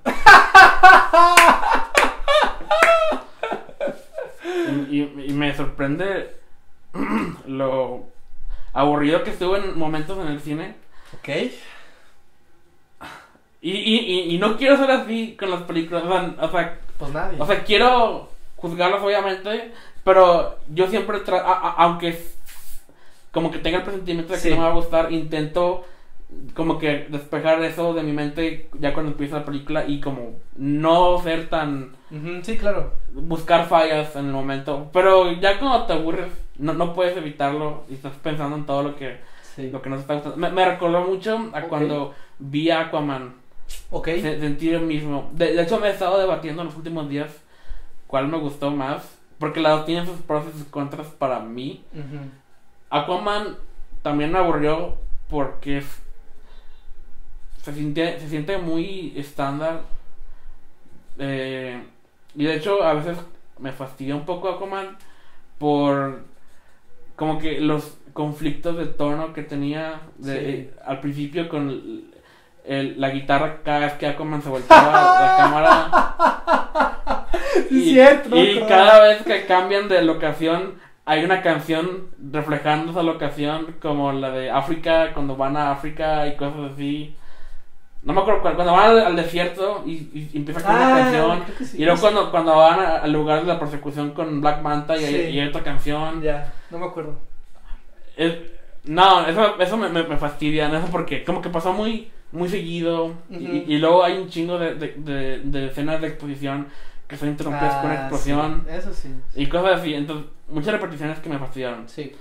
S1: Y, y- y me sorprende lo aburrido que estuvo en momentos en el cine.
S2: Ok.
S1: Y, y, y, y no quiero ser así con las películas. O sea, o sea,
S2: Pues nadie.
S1: o sea, quiero juzgarlas obviamente, pero yo siempre, tra- a- a- aunque s- como que tenga el presentimiento de que
S2: Sí.
S1: no me va a gustar, intento como que despejar eso de mi mente ya cuando empieza la película y como no ser tan...
S2: Ujú, sí, claro.
S1: buscar fallas en el momento. Pero ya cuando te aburres, no, no puedes evitarlo y estás pensando en todo lo que,
S2: Sí.
S1: lo que nos está gustando. Me, me recordó mucho a
S2: Ok.
S1: cuando vi a Aquaman.
S2: Ok.
S1: Se- sentí lo mismo. De, de hecho, me he estado debatiendo en los últimos días cuál me gustó más. Porque las dos tienen sus pros y sus contras para mí.
S2: Ujú.
S1: Aquaman también me aburrió porque es- se siente, se siente muy estándar. Eh, y de hecho, a veces me fastidia un poco Aquaman por como que los conflictos de tono que tenía de-
S2: Sí.
S1: eh, al principio con el- el- la guitarra cada vez que Aquaman se volteaba la cámara.
S2: Sí, cierto, no me
S1: y
S2: acordaba.
S1: cada vez que cambian de locación, hay una canción reflejando esa locación, como la de África, cuando van a África y cosas así. No me acuerdo cuál, cuando van al, al desierto y, y- y empieza con una canción.
S2: Ah, creo que sí.
S1: Y luego cuando, cuando van a- al lugar de la persecución con Black Manta y, hay-
S2: Sí.
S1: y hay otra canción.
S2: Ya, no me acuerdo.
S1: Es- no, eso, eso me, me, me fastidia, no sé por qué. Como que pasó muy, muy seguido. y-
S2: Ujú.
S1: y, y luego hay un chingo de, de, de- de escenas de exposición que son interrumpidas con
S2: Ah,
S1: una explosión.
S2: sí, Eso sí.
S1: Y cosas así, entonces, muchas repeticiones que me fastidiaron.
S2: Sí.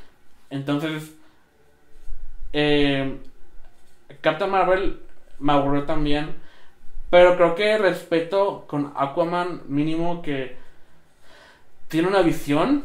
S1: Entonces, eh, Captain Marvel me aburrió también. Pero creo que respeto con Aquaman mínimo que tiene una visión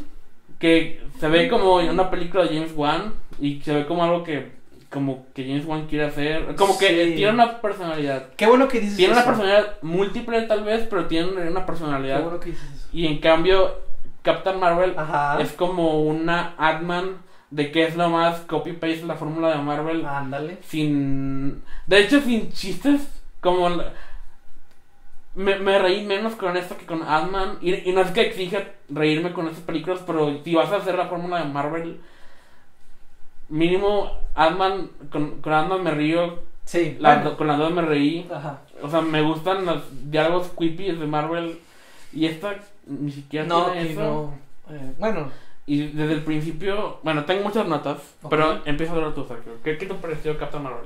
S1: que se ve como en una película de James Wan y se ve como algo que como que James Wan quiere hacer. Como que
S2: Sí.
S1: tiene una personalidad.
S2: Qué bueno que dices
S1: Tiene una
S2: eso.
S1: personalidad múltiple tal vez, pero tiene una
S2: Qué
S1: personalidad.
S2: bueno que dices eso.
S1: Y en cambio, Captain Marvel
S2: Ajá.
S1: es como una Adman de que es nomás copy-paste la fórmula de
S2: Ah.
S1: Marvel
S2: Ándale.
S1: sin... De hecho, sin chistes, como... la- Me, me reí menos con esto que con Adman. Y, y no es que exija reírme con estas películas, pero si vas a hacer la fórmula de Marvel, mínimo Adman, con, con Adman me río,
S2: Sí.
S1: la-
S2: bueno.
S1: con las dos me reí.
S2: Ajá.
S1: O sea, me gustan los diálogos creepy de Marvel. Y esta ni siquiera
S2: No,
S1: tiene
S2: y
S1: eso.
S2: no. eh, bueno,
S1: Y desde el principio, bueno, tengo muchas notas,
S2: Ok.
S1: pero empieza a hablar tú, Sergio. ¿Qué, qué te pareció Captain Marvel?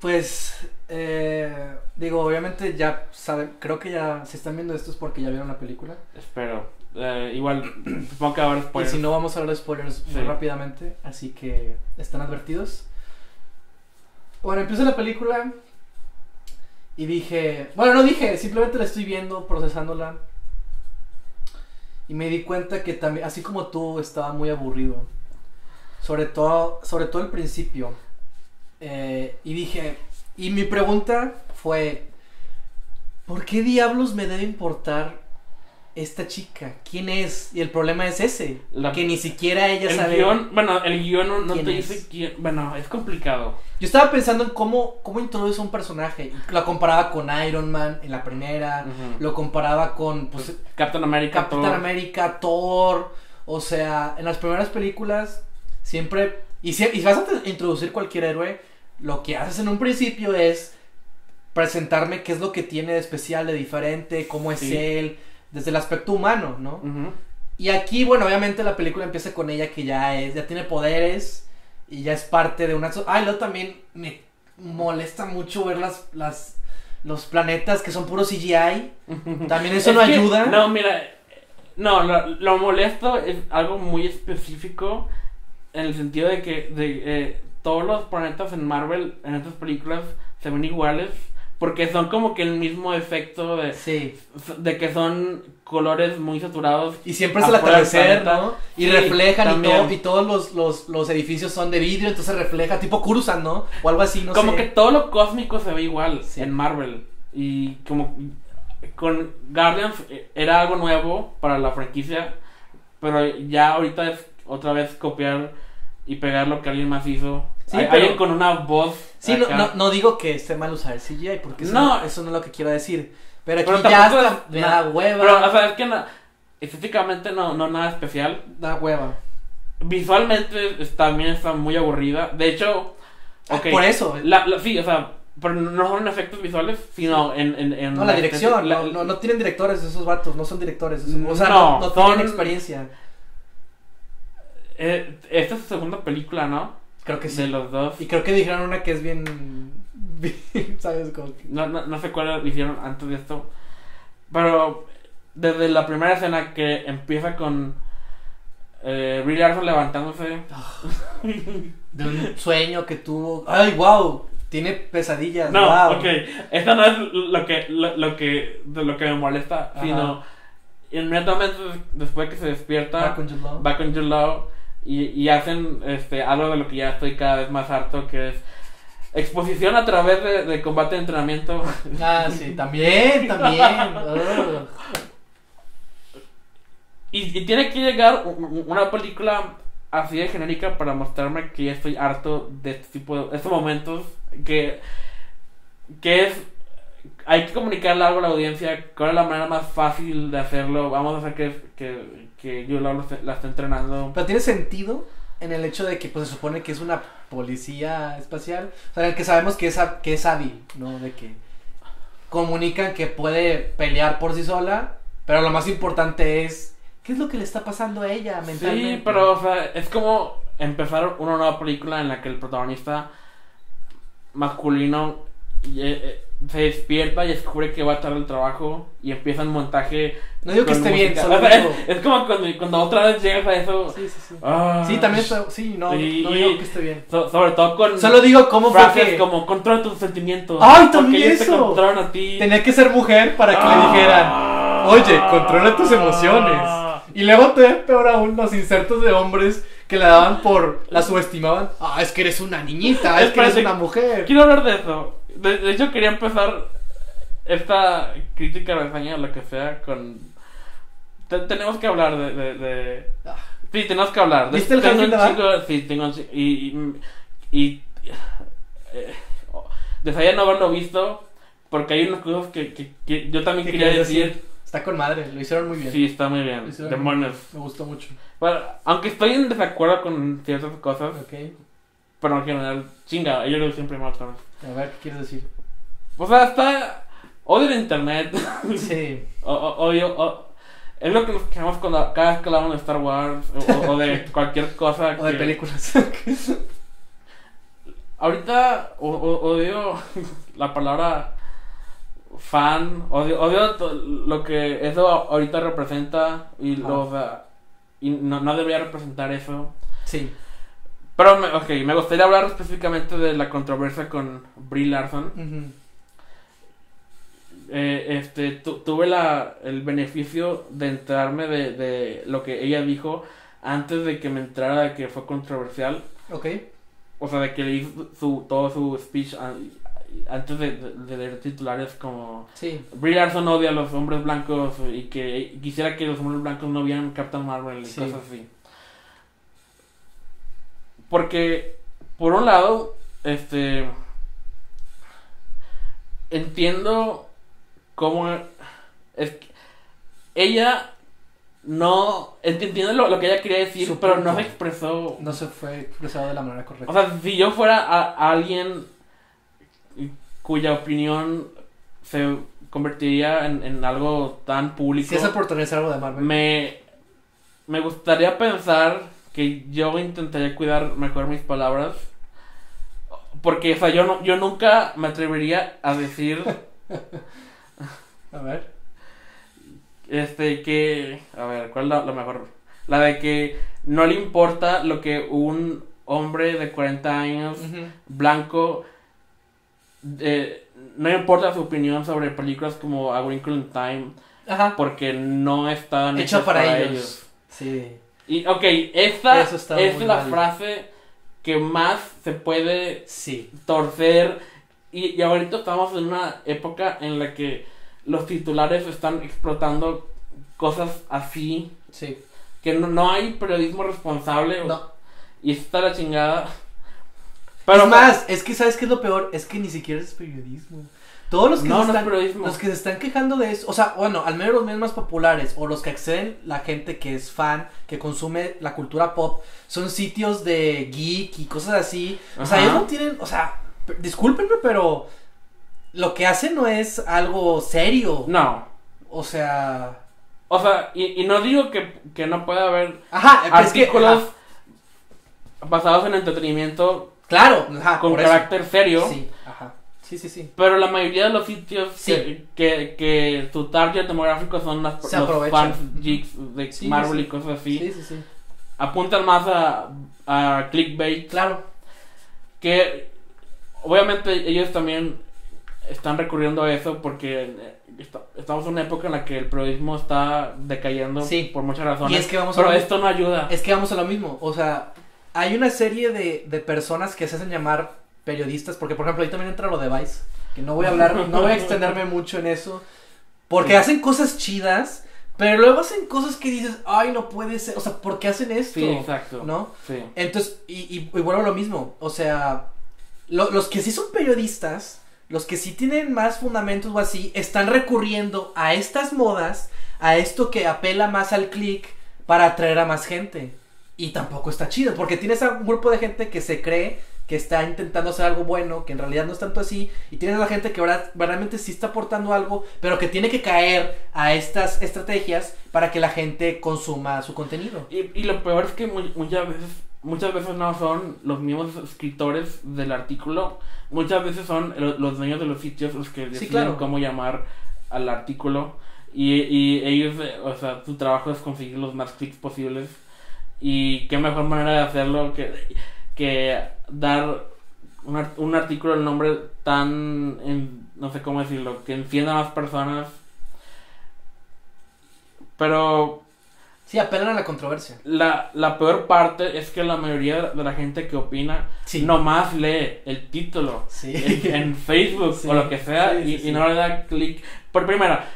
S2: pues. eh, digo, obviamente ya saben. Creo que ya. Si están viendo esto es porque ya vieron la película.
S1: Espero. Eh, igual, supongo que va a haber
S2: Y
S1: spoilers.
S2: si no, vamos a hablar de spoilers muy
S1: Sí.
S2: rápidamente, así que están advertidos. Bueno, empiezo la película y dije, bueno, no dije, simplemente la estoy viendo, procesándola. Y me di cuenta que también, así como tú, estaba muy aburrido. Sobre todo, sobre todo al principio. Eh, y dije, y mi pregunta fue, ¿por qué diablos me debe importar esta chica? ¿Quién es? Y el problema es ese,
S1: La-
S2: que ni siquiera ella
S1: el
S2: sabe.
S1: guión, bueno, el guión no, no
S2: ¿Quién
S1: te
S2: es?
S1: dice quién. Bueno, es complicado.
S2: Yo estaba pensando en cómo, cómo introduce un personaje. Y la comparaba con Iron Man en la primera,
S1: Ujú.
S2: Ah, lo comparaba con pues,
S1: Captain America.
S2: Capitán
S1: todo.
S2: América, Thor. O sea, en las primeras películas siempre. Y si, y si vas a te- introducir cualquier héroe, lo que haces en un principio es presentarme qué es lo que tiene de especial, de diferente, cómo es
S1: Sí.
S2: él, desde el aspecto humano, ¿no?
S1: Ujú.
S2: Y aquí, bueno, obviamente la película empieza con ella que ya es, ya tiene poderes y ya es parte de una... so- Ah, y luego también me molesta mucho ver las, las, los planetas que son puros CGI. También eso
S1: Es
S2: no
S1: que-
S2: ayuda.
S1: No, mira. No, lo, lo molesto es algo muy específico en el sentido de que de, eh, todos los planetas en Marvel, en estas películas, se ven iguales porque son como que el mismo efecto de,
S2: Sí.
S1: de que son colores muy saturados.
S2: Y siempre es el
S1: Afuera del
S2: atardecer,
S1: planeta.
S2: ¿no? Y
S1: Sí,
S2: reflejan y,
S1: también.
S2: todo- y todos los, los, los edificios son de vidrio, entonces refleja, tipo Curusan, ¿no? O algo así, no
S1: como
S2: sé.
S1: que todo lo cósmico se ve igual
S2: Sí.
S1: en Marvel. Y como con Guardians eh, era algo nuevo para la franquicia, pero ya ahorita es otra vez copiar y pegar lo que alguien más hizo.
S2: Sí,
S1: Hay-
S2: pero-
S1: Alguien con una voz.
S2: Sí, no,
S1: acá.
S2: no, no digo que esté mal usar CGI, porque eso
S1: No.
S2: no, eso no es lo que quiero decir. Pero aquí
S1: Pero
S2: ya
S1: tampoco
S2: hasta
S1: es
S2: me
S1: na-
S2: da hueva.
S1: Pero, o sea, es que na- estéticamente no, no nada especial.
S2: Da hueva.
S1: Visualmente es- también está muy aburrida. De hecho,
S2: Ah,
S1: ok,
S2: Por eso.
S1: la- la- sí, o sea, pero no son en efectos visuales, sino en... en, en
S2: no, la dirección.
S1: la-
S2: no, no, no tienen directores esos vatos. No son directores. esos- o sea,
S1: No,
S2: no, no tienen
S1: son-
S2: experiencia.
S1: eh, esta es su segunda película, ¿no?
S2: Creo que
S1: De
S2: sí.
S1: los dos.
S2: Y creo que dijeron una que es bien. bien, ¿Sabes? Como que-
S1: No, no, no sé cuál hicieron antes de esto. Pero desde la primera escena que empieza con eh, Brie Larson levantándose.
S2: Ah, De un sueño que tuvo. ¡Ay, wow! Tiene pesadillas.
S1: No,
S2: wow.
S1: ok. Esto no es lo que, lo, lo que, de lo que me molesta,
S2: Ajá.
S1: sino inmediatamente después que se despierta,
S2: Back on your love.
S1: va con Jude Law y, y hacen este, algo de lo que ya estoy cada vez más harto, que es exposición a través de, de combate de entrenamiento.
S2: Ah, sí, también, también. Ugh.
S1: Y, y tiene que llegar u- u- una película así de genérica para mostrarme que ya estoy harto de este tipo de estos momentos que que es hay que comunicarle algo a la audiencia cuál es la manera más fácil de hacerlo vamos a hacer que que, que yo la, la esté entrenando
S2: Pero tiene sentido en el hecho de que pues se supone que es una policía espacial, o sea, en el que sabemos que es, há- que es hábil, ¿no? De que comunican que puede pelear por sí sola, pero lo más importante es qué es lo que le está pasando a ella mentalmente.
S1: sí pero o sea es como empezar una nueva película en la que el protagonista masculino ye- eh, se despierta y descubre que va a estar el trabajo y empieza el montaje
S2: no digo que
S1: con
S2: esté bien,
S1: música.
S2: solo
S1: O sea,
S2: digo-
S1: es, es como cuando, cuando otra vez llegas a eso.
S2: Sí, sí, sí.
S1: ah,
S2: Sí, también está- sí, no,
S1: Sí.
S2: no digo que esté bien.
S1: so- sobre todo con
S2: Solo digo cómo fue
S1: frases
S2: que
S1: como controla tus sentimientos.
S2: ¡Ay, también
S1: porque ellos te
S2: eso!
S1: controlan a ti.
S2: tenía que ser mujer para que le dijeran
S1: Ah.
S2: Oye, controla tus emociones. Y luego te peor aún los insertos de hombres que la daban por. la subestimaban. Ah, es que eres una niñita, es que eres
S1: Espérate.
S2: una mujer.
S1: Quiero hablar de eso. De, de hecho, quería empezar esta crítica, reseña o lo que sea con. Te- tenemos que hablar de. de- de-
S2: Ah.
S1: Sí, tenemos que hablar. De-
S2: ¿Viste el
S1: tengo
S2: Jardín
S1: un
S2: de Adán?
S1: chico- Sí, tengo un chico- Y. y, y- eh, oh, desearía no haberlo visto. Porque hay unas cosas que, que- que yo también
S2: ¿Qué
S1: quería
S2: quieres
S1: decir.
S2: Está con madre, lo hicieron muy bien.
S1: Sí, está muy bien.
S2: Hicieron-
S1: Demonios.
S2: Me gustó mucho.
S1: Bueno, aunque estoy en desacuerdo con ciertas cosas.
S2: Ok.
S1: Pero en general, chinga, ellos lo siempre más
S2: A ver, ¿qué quieres decir?
S1: O sea, está. Pues Odio el internet.
S2: Sí.
S1: O- o- odio. o- es lo que nos quejamos cuando, cada vez que hablamos de Star Wars o, o- o de cualquier cosa.
S2: O de
S1: que-
S2: películas.
S1: Ahorita o- o- odio la palabra fan. Odio, odio to- lo que eso ahorita representa y, lo, o sea, y no, no debería representar eso.
S2: sí.
S1: Pero, me, ok, me gustaría hablar específicamente de la controversia con Brie Larson.
S2: Ujú.
S1: Eh, este, tu- tuve la, el beneficio de enterarme de, de lo que ella dijo antes de que me entrara de que fue controversial.
S2: Ok.
S1: O sea, de que le hizo su, todo su speech an- antes de, de leer titulares como...
S2: Sí.
S1: Brie Larson odia a los hombres blancos y que quisiera que los hombres blancos no vieran Captain Marvel y
S2: Sí.
S1: cosas así. Porque, por un lado, este. Entiendo cómo. Es que ella no. ent- Entiendo lo, lo que ella quería decir,
S2: Su
S1: pero no
S2: punto.
S1: se expresó.
S2: No se fue expresado de la manera
S1: O
S2: correcta.
S1: sea, si yo fuera a- alguien cuya opinión se convertiría en, en algo tan público,
S2: Si es oportunidad es algo de Marvel.
S1: me, me gustaría pensar que yo intentaría cuidar mejor mis palabras. Porque, o sea, yo, no, yo nunca me atrevería a decir
S2: A ver.
S1: este que... A ver, ¿cuál es la, la mejor? La de que no le importa lo que un hombre de 40 años
S2: Ujú.
S1: blanco. eh, no importa su opinión sobre películas como A Wrinkle in Time,
S2: Ajá.
S1: porque no están
S2: Hecho
S1: hechas
S2: para ellos. Sí.
S1: Y, ok, esta
S2: Eso
S1: es
S2: está muy
S1: la
S2: mal.
S1: frase que más se puede
S2: Sí.
S1: torcer. Y, y ahorita estamos en una época en la que los titulares están explotando cosas así,
S2: Sí.
S1: que no, no hay periodismo responsable.
S2: No.
S1: Y está la chingada. Pero
S2: es más, es que ¿sabes qué es lo peor? Es que ni siquiera es periodismo. Todos los que,
S1: No,
S2: se
S1: no es
S2: están,
S1: periodismo.
S2: los que se están quejando de eso, o sea, bueno, al menos los medios más populares o los que acceden la gente que es fan, que consume la cultura pop, son sitios de geek y cosas así. O sea,
S1: Ajá.
S2: ellos no tienen, o sea, p- discúlpenme, pero lo que hacen no es algo serio.
S1: No.
S2: O sea,
S1: O sea, y, y no digo que, que no pueda haber
S2: ajá, Eh, pero es que-
S1: artículos
S2: ajá,
S1: basados en entretenimiento
S2: claro, ajá,
S1: con
S2: Ah, por eso.
S1: carácter serio.
S2: Sí, ajá. Sí, sí, sí.
S1: Pero la mayoría de los sitios
S2: Sí.
S1: que, que, que su target demográfico son las,
S2: Se
S1: los
S2: aprovechan.
S1: fans geeks de
S2: Sí,
S1: Marvel
S2: sí.
S1: y cosas así.
S2: Sí, sí, sí.
S1: Apuntan más a, a clickbait.
S2: Claro.
S1: Que obviamente ellos también están recurriendo a eso porque eh, esta- estamos en una época en la que el periodismo está decayendo
S2: Sí.
S1: por muchas razones.
S2: Y es que vamos a
S1: pero
S2: ver-
S1: esto no ayuda.
S2: Es que vamos a lo mismo, o sea, hay una serie de, de personas que se hacen llamar periodistas, porque por ejemplo ahí también entra lo de Vice, que no voy a hablar, no voy a extenderme mucho en eso, porque
S1: Sí.
S2: hacen cosas chidas, pero luego hacen cosas que dices, ay, no puede ser, o sea, ¿por qué hacen esto?
S1: Sí, exacto.
S2: ¿No?
S1: Sí.
S2: Entonces, y, y- y vuelvo a lo mismo, o sea, lo- los que sí son periodistas, los que sí tienen más fundamentos o así, están recurriendo a estas modas, a esto que apela más al click para atraer a más gente. Y tampoco está chido, porque tienes a un grupo de gente que se cree que está intentando hacer algo bueno, que en realidad no es tanto así, y tienes a la gente que ahora verdaderamente sí está aportando algo, pero que tiene que caer a estas estrategias para que la gente consuma su contenido.
S1: Y, y lo peor es que mu- muchas veces muchas veces no son los mismos escritores del artículo, muchas veces son lo- los dueños de los sitios los que deciden
S2: claro.
S1: cómo llamar al artículo y, y ellos, eh, o sea, su trabajo es conseguir los más clics posibles y qué mejor manera de hacerlo que, que dar un, ar- un artículo el nombre tan, en- no sé cómo decirlo, que encienda a más personas. Pero
S2: Sí, apelan a la controversia.
S1: la, la peor parte es que la mayoría de la gente que opina
S2: Sí.
S1: nomás lee el título
S2: Sí. Ah,
S1: en, en Facebook
S2: Sí.
S1: o lo que sea
S2: Sí, sí,
S1: y,
S2: sí.
S1: y no le da clic. Por primera,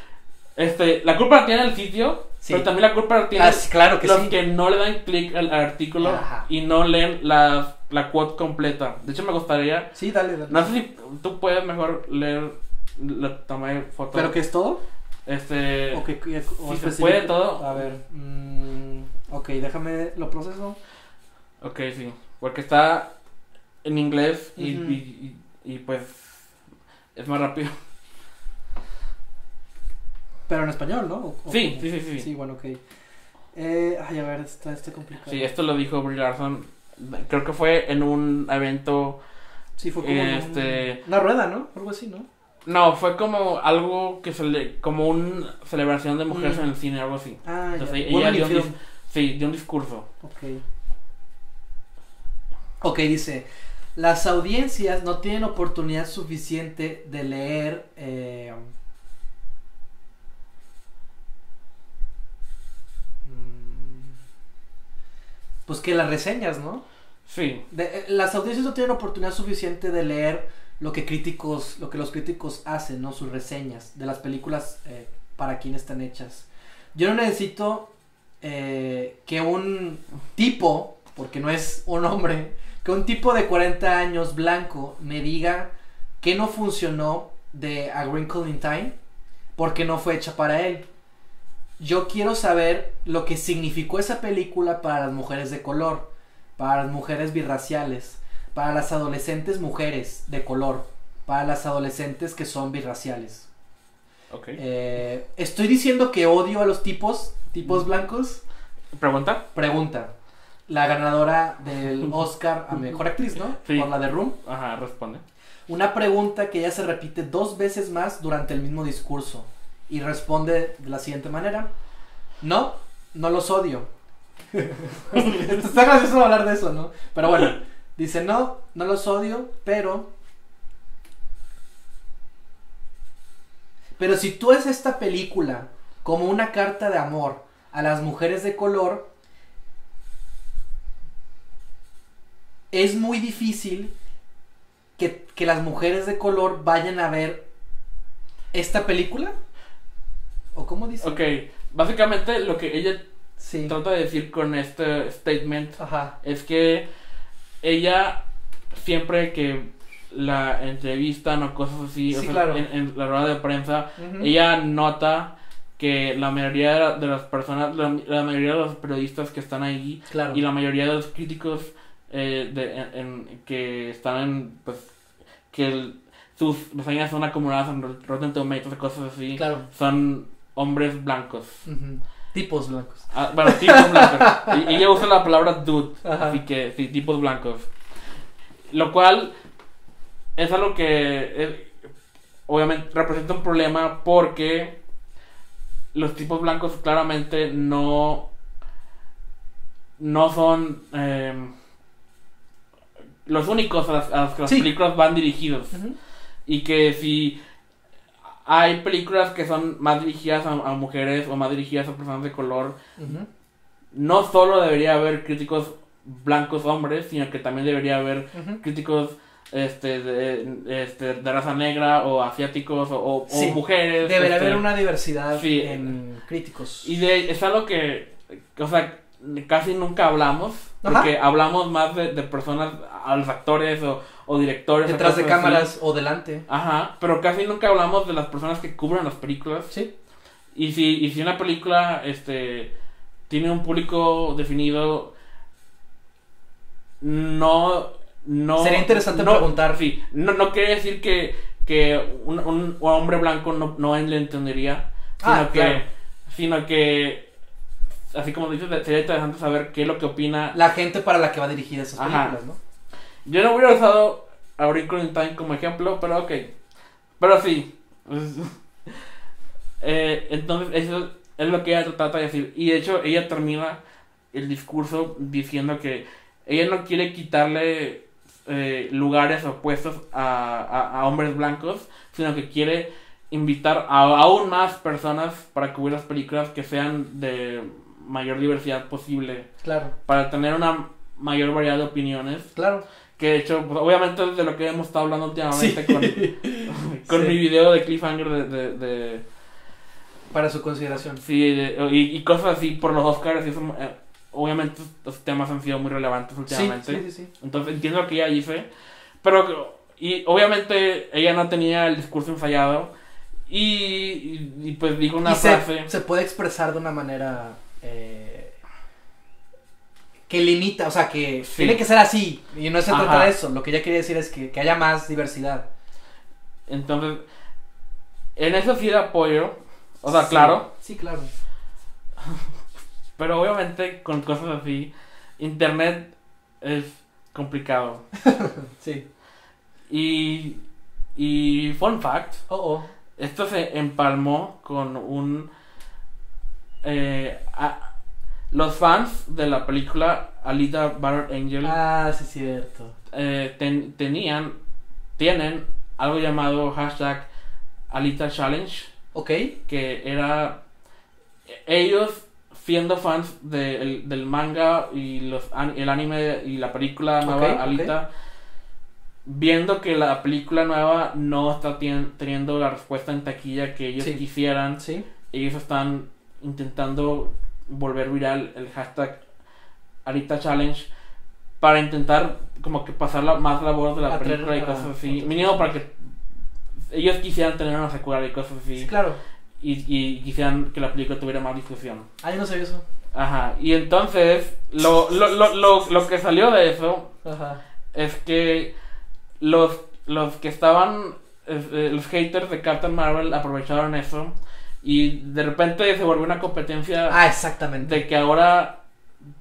S1: este, la culpa la tiene el sitio,
S2: Sí.
S1: pero también la culpa la tiene
S2: Ah, sí, claro que
S1: los
S2: sí.
S1: que no le dan clic al artículo
S2: Ajá.
S1: y no leen la, la quote completa. De hecho, me gustaría.
S2: Sí, dale, dale.
S1: No sé si tú puedes mejor leer la tomé foto.
S2: ¿Pero que es todo?
S1: Este.
S2: ¿O que, que- o
S1: si se
S2: específico?
S1: puede todo.
S2: A ver. mm, ok, déjame, lo proceso.
S1: Ok, sí. Porque está en inglés y,
S2: Ujú.
S1: y- y- y, pues es más rápido.
S2: Pero en español, ¿no? ¿O- o
S1: Sí,
S2: cómo?
S1: sí, sí, sí.
S2: Sí, bueno, ok. Eh, ay, a ver, está, está complicado.
S1: Sí, esto lo dijo Brie Larson. Creo que fue en un evento.
S2: Sí, fue como un-
S1: Este-
S2: una rueda, ¿no? Algo así, ¿no?
S1: No, fue como algo que se le. como una celebración de mujeres
S2: Mm.
S1: en el cine, algo así.
S2: Ah, ya.
S1: Entonces ella
S2: Woman in
S1: dio un,
S2: film.
S1: dis- sí, dio un discurso.
S2: Ok. Ok, dice, las audiencias no tienen oportunidad suficiente de leer... eh, mm, Pues que las reseñas, ¿no?
S1: Sí,
S2: De- eh, las audiencias no tienen oportunidad suficiente de leer lo que críticos, lo que los críticos hacen, ¿no? Sus reseñas de las películas eh, para quien están hechas. Yo no necesito eh, que un tipo, porque no es un hombre, que un tipo de 40 años blanco me diga que no funcionó de A Wrinkle in Time porque no fue hecha para él. Yo quiero saber lo que significó esa película para las mujeres de color para las mujeres birraciales, para las adolescentes mujeres de color, para las adolescentes que son birraciales.
S1: ok.
S2: Eh, ¿Estoy diciendo que odio a los tipos,
S1: Mm.
S2: tipos blancos?
S1: ¿Pregunta?
S2: Pregunta. La ganadora del Oscar a Mejor Actriz, ¿no?
S1: Sí.
S2: Por la de Room.
S1: Ajá, responde.
S2: Una pregunta que ya se repite dos veces más durante el mismo discurso y responde de la siguiente manera. No, no los odio. Está gracioso hablar de eso, ¿no? Pero bueno, dice no, no los odio, pero... Pero si tú ves esta película como una carta de amor a las mujeres de color, es muy difícil que, que las mujeres de color vayan a ver esta película. ¿O cómo dice?
S1: Ok, básicamente lo que ella
S2: Sí.
S1: trata de decir con este statement
S2: Ajá.
S1: es que ella siempre que la entrevistan o cosas así, o
S2: Sí,
S1: sea,
S2: claro.
S1: en, en la rueda de prensa,
S2: Ujú.
S1: ella nota que la mayoría de la- de las personas, la, la mayoría de los periodistas que están ahí
S2: Claro.
S1: y la mayoría de los críticos eh, de- en- en- que están en, pues, que el- sus reseñas son acumuladas en Rot- Rotten Tomatoes, cosas así,
S2: Claro.
S1: son hombres blancos.
S2: Ujú. Tipos blancos.
S1: Ah, bueno, tipos blancos. Y ella usa la palabra dude,
S2: Ajá.
S1: así que sí, tipos blancos. Lo cual es algo que eh, obviamente representa un problema porque los tipos blancos claramente no no son eh, los únicos a las, a los que las
S2: Sí.
S1: películas van dirigidos
S2: Ujú.
S1: y que si hay películas que son más dirigidas a, a mujeres o más dirigidas a personas de color
S2: Ujú.
S1: no solo debería haber críticos blancos hombres, sino que también debería haber
S2: Ujú.
S1: críticos este de, este, de raza negra o asiáticos o, o- o
S2: Sí,
S1: mujeres.
S2: Debería
S1: este,
S2: haber una diversidad
S1: sí. eh,
S2: en críticos.
S1: Y de, es algo que, o sea, casi nunca hablamos,
S2: Ajá.
S1: porque hablamos más de, de personas, a los actores o, o directores. o
S2: Detrás de
S1: cosas así.
S2: cámaras o delante.
S1: Ajá, pero casi nunca hablamos de las personas que cubren las películas.
S2: Sí.
S1: Y si, y si una película este, tiene un público definido, no. no
S2: Sería interesante
S1: no-
S2: preguntar.
S1: Sí, no, no quiere decir que, que un, un hombre blanco no, no le entendería, sino,
S2: Ah,
S1: que,
S2: claro.
S1: sino que, así como dices, sería interesante saber qué es lo que opina.
S2: La gente para la que va dirigida esas
S1: Ajá.
S2: películas, ¿no?
S1: Yo no hubiera usado a Wrinkle in Time como ejemplo, pero ok. Pero sí. Eh, entonces, eso es lo que ella trata de decir. Y de hecho, ella termina el discurso diciendo que ella no quiere quitarle eh, lugares opuestos a, a- a hombres blancos, sino que quiere invitar a aún más personas para cubrir las películas que sean de mayor diversidad posible,
S2: Claro,
S1: para tener una mayor variedad de opiniones.
S2: claro.
S1: Que de hecho, pues, obviamente es de lo que hemos estado hablando últimamente con, con
S2: Sí.
S1: mi video de Cliffhanger de, de, de-
S2: Para su consideración.
S1: sí, de- y, y cosas así por los Oscars y eso, eh, obviamente los temas han sido muy relevantes
S2: Sí,
S1: últimamente.
S2: sí, sí, sí.
S1: Entonces entiendo lo que ella dice, pero que- y obviamente ella no tenía el discurso ensayado y, y- y, pues dijo una
S2: Y se-
S1: frase.
S2: Se, puede expresar de una manera eh, que limita, o sea, que
S1: Sí.
S2: tiene que ser así. Y no se trata
S1: Ajá.
S2: de eso. Lo que ella quería decir es que, que haya más diversidad.
S1: Entonces, en eso sí de apoyo, o sea, claro.
S2: Sí, claro.
S1: Pero obviamente con cosas así, internet es complicado.
S2: Sí.
S1: Y, y fun fact,
S2: Oh, oh.
S1: esto se empalmó con un... eh, a- los fans de la película Alita Battle Angel
S2: Ah, sí, cierto.
S1: eh, ten- tenían, tienen algo llamado hashtag Alita Challenge,
S2: Ok.
S1: que era ellos siendo fans de- el- del manga y los an- el anime y la película nueva
S2: Ok, ok.
S1: Alita viendo que la película nueva no está tien- teniendo la respuesta en taquilla que ellos
S2: Sí.
S1: quisieran
S2: Sí.
S1: ellos están intentando volver viral el hashtag Alita Challenge para intentar como que pasar la, más la voz de la
S2: Atraer
S1: película y
S2: a
S1: cosas así
S2: otras
S1: mínimo para que ellos quisieran tener una secuela y cosas así
S2: Sí, claro.
S1: y, y quisieran que la película tuviera más difusión.
S2: Ah, yo no sabía eso.
S1: Ajá, y entonces lo, lo, lo, lo, lo que salió de eso
S2: Ajá.
S1: es que los, los que estaban, es- eh, los haters de Captain Marvel aprovecharon eso y de repente se volvió una competencia
S2: Ah, exactamente.
S1: de que ahora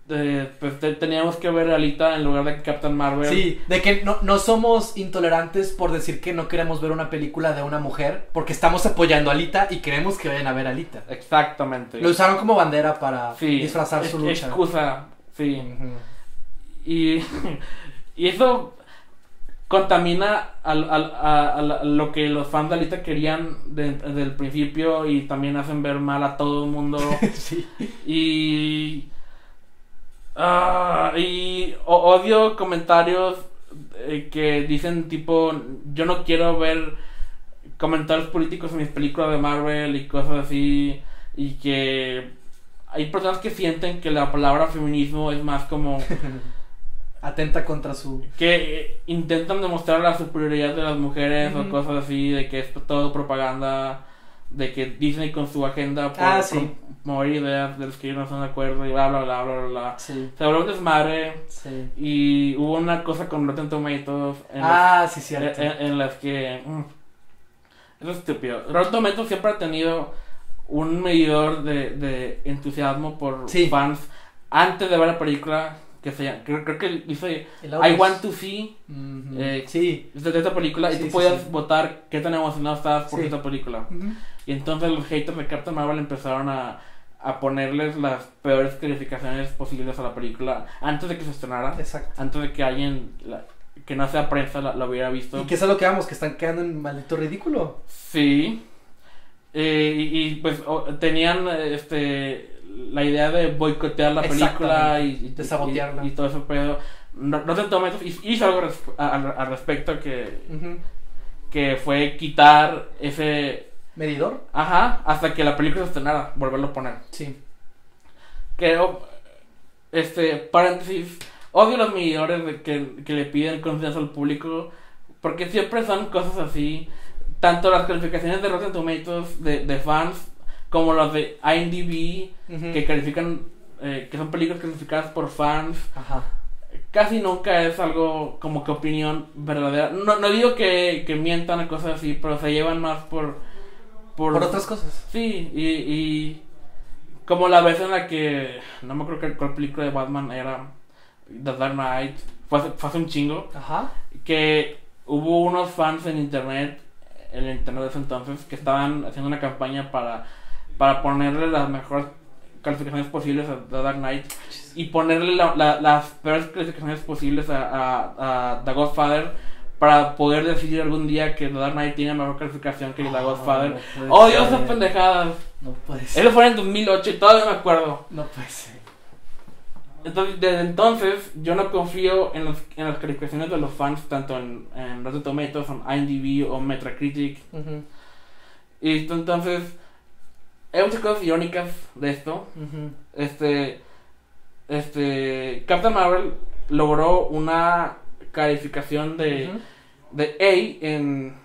S1: eh, pues, te- teníamos que ver a Alita en lugar de Captain Marvel.
S2: Sí, de que no, no somos intolerantes por decir que no queremos ver una película de una mujer porque estamos apoyando a Alita y queremos que vayan a ver a Alita.
S1: Exactamente.
S2: Lo usaron como bandera para
S1: Sí,
S2: disfrazar
S1: es-
S2: su lucha.
S1: Excusa, sí.
S2: Ujú.
S1: Y, y eso contamina al- al- a, a la- lo que los fans de Alita querían de- desde el principio y también hacen ver mal a todo el mundo.
S2: sí.
S1: y. ah, y o- odio comentarios eh, que dicen tipo: Yo no quiero ver comentarios políticos en mis películas de Marvel y cosas así. Y que. Hay personas que sienten que la palabra feminismo es más como
S2: atenta contra su...
S1: que eh, intentan demostrar la superioridad de las mujeres
S2: Ujú.
S1: o cosas así, de que es todo propaganda, de que Disney con su agenda por
S2: Ah, sí.
S1: promover ideas de los que ellos no están de acuerdo y bla, bla, bla, bla, bla. bla.
S2: Sí,
S1: Se habló un desmadre
S2: sí.
S1: y hubo una cosa con Rotten Tomatoes en, eh,
S2: Ah, sí,
S1: las,
S2: cierto.
S1: en- en las que... mm, es estúpido. Rotten Tomatoes siempre ha tenido un medidor de, de entusiasmo por
S2: Sí.
S1: fans antes de ver la película que se llama- creo, creo que dice
S2: El
S1: I
S2: Outlaws.
S1: want to see
S2: Ujú.
S1: eh,
S2: sí.
S1: de esta película y
S2: Sí,
S1: tú
S2: sí,
S1: podías
S2: sí.
S1: votar qué tan emocionado estabas por
S2: Sí.
S1: esta película.
S2: Ujú.
S1: Y entonces los haters de Captain Marvel empezaron a, a ponerles las peores calificaciones posibles a la película antes de que se estrenara,
S2: Exacto.
S1: antes de que alguien la- que no sea prensa la, la hubiera visto.
S2: Y que es a lo que vamos, que están quedando en maldito ridículo.
S1: Sí. Eh, y, y, pues o- tenían eh, este la idea de boicotear la película y, y-
S2: de sabotearla.
S1: y, y todo ese pedo. No, no te tomes, hizo algo res- al- al respecto que
S2: Ujú.
S1: que fue quitar ese
S2: ¿Medidor?
S1: ajá hasta que la película se estrenara volverlo a poner
S2: Sí.
S1: que oh, este paréntesis odio los medidores de que, que le piden consenso al público porque siempre son cosas así tanto las calificaciones de Rotten Tomatoes de, de fans como las de IMDb
S2: Ujú.
S1: que califican eh, que son películas calificadas por fans
S2: Ajá.
S1: casi nunca es algo como que opinión verdadera. No, no digo que, que mientan a cosas así, pero se llevan más por... Por,
S2: Por otras cosas.
S1: Sí, y, y como la vez en la que... No me acuerdo que cuál película de Batman era The Dark Knight. Fue hace, fue hace un chingo.
S2: Ajá.
S1: Que hubo unos fans en internet, en el internet de ese entonces, que estaban haciendo una campaña para, para ponerle las mejores calificaciones posibles a The Dark Knight y ponerle la- la- las peores clasificaciones posibles a, a, a The Godfather para poder decidir algún día que The Dark Knight tiene mejor calificación que The Godfather.
S2: Ah, puede
S1: ¡Oh, Dios,
S2: ser.
S1: esas pendejadas!
S2: No puede ser.
S1: Eso fue en el 2008 y todavía me acuerdo.
S2: No puede ser.
S1: Entonces, desde entonces, yo no confío en, los- en las calificaciones de los fans, tanto en, en Rotten Tomatoes, en IMDb o Metacritic.
S2: Ujú.
S1: Y esto, entonces, hay muchas cosas irónicas de esto.
S2: Ujú.
S1: Este. Este. Captain Marvel logró una calificación de,
S2: Ujú.
S1: de A en,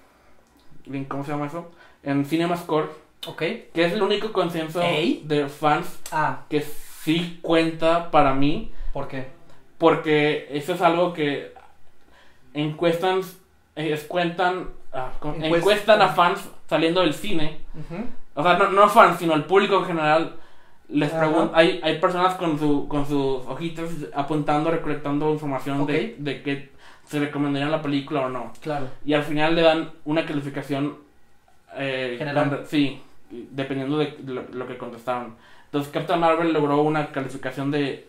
S1: en- ¿Cómo se llama eso? En CinemaScore,
S2: Ok.
S1: que es el único consenso
S2: ¿A?
S1: de fans
S2: Ah,
S1: que sí cuenta para mí,
S2: ¿por qué?
S1: porque eso es algo que encuestan. eh, es- cuentan, ah, ¿cómo?
S2: Encuest-
S1: encuestan a fans saliendo del cine.
S2: Ujú.
S1: O sea, no, no fans, sino el público en general. Les
S2: Ajá.
S1: pregunto, hay, hay personas con, su, con sus hojitas apuntando, recolectando información
S2: Ok.
S1: de, de que se recomendaría la película o no.
S2: Claro.
S1: Y al final le dan una calificación. eh,
S2: General.
S1: con- sí, dependiendo de lo, lo que contestaron. Entonces, Captain Marvel logró una calificación de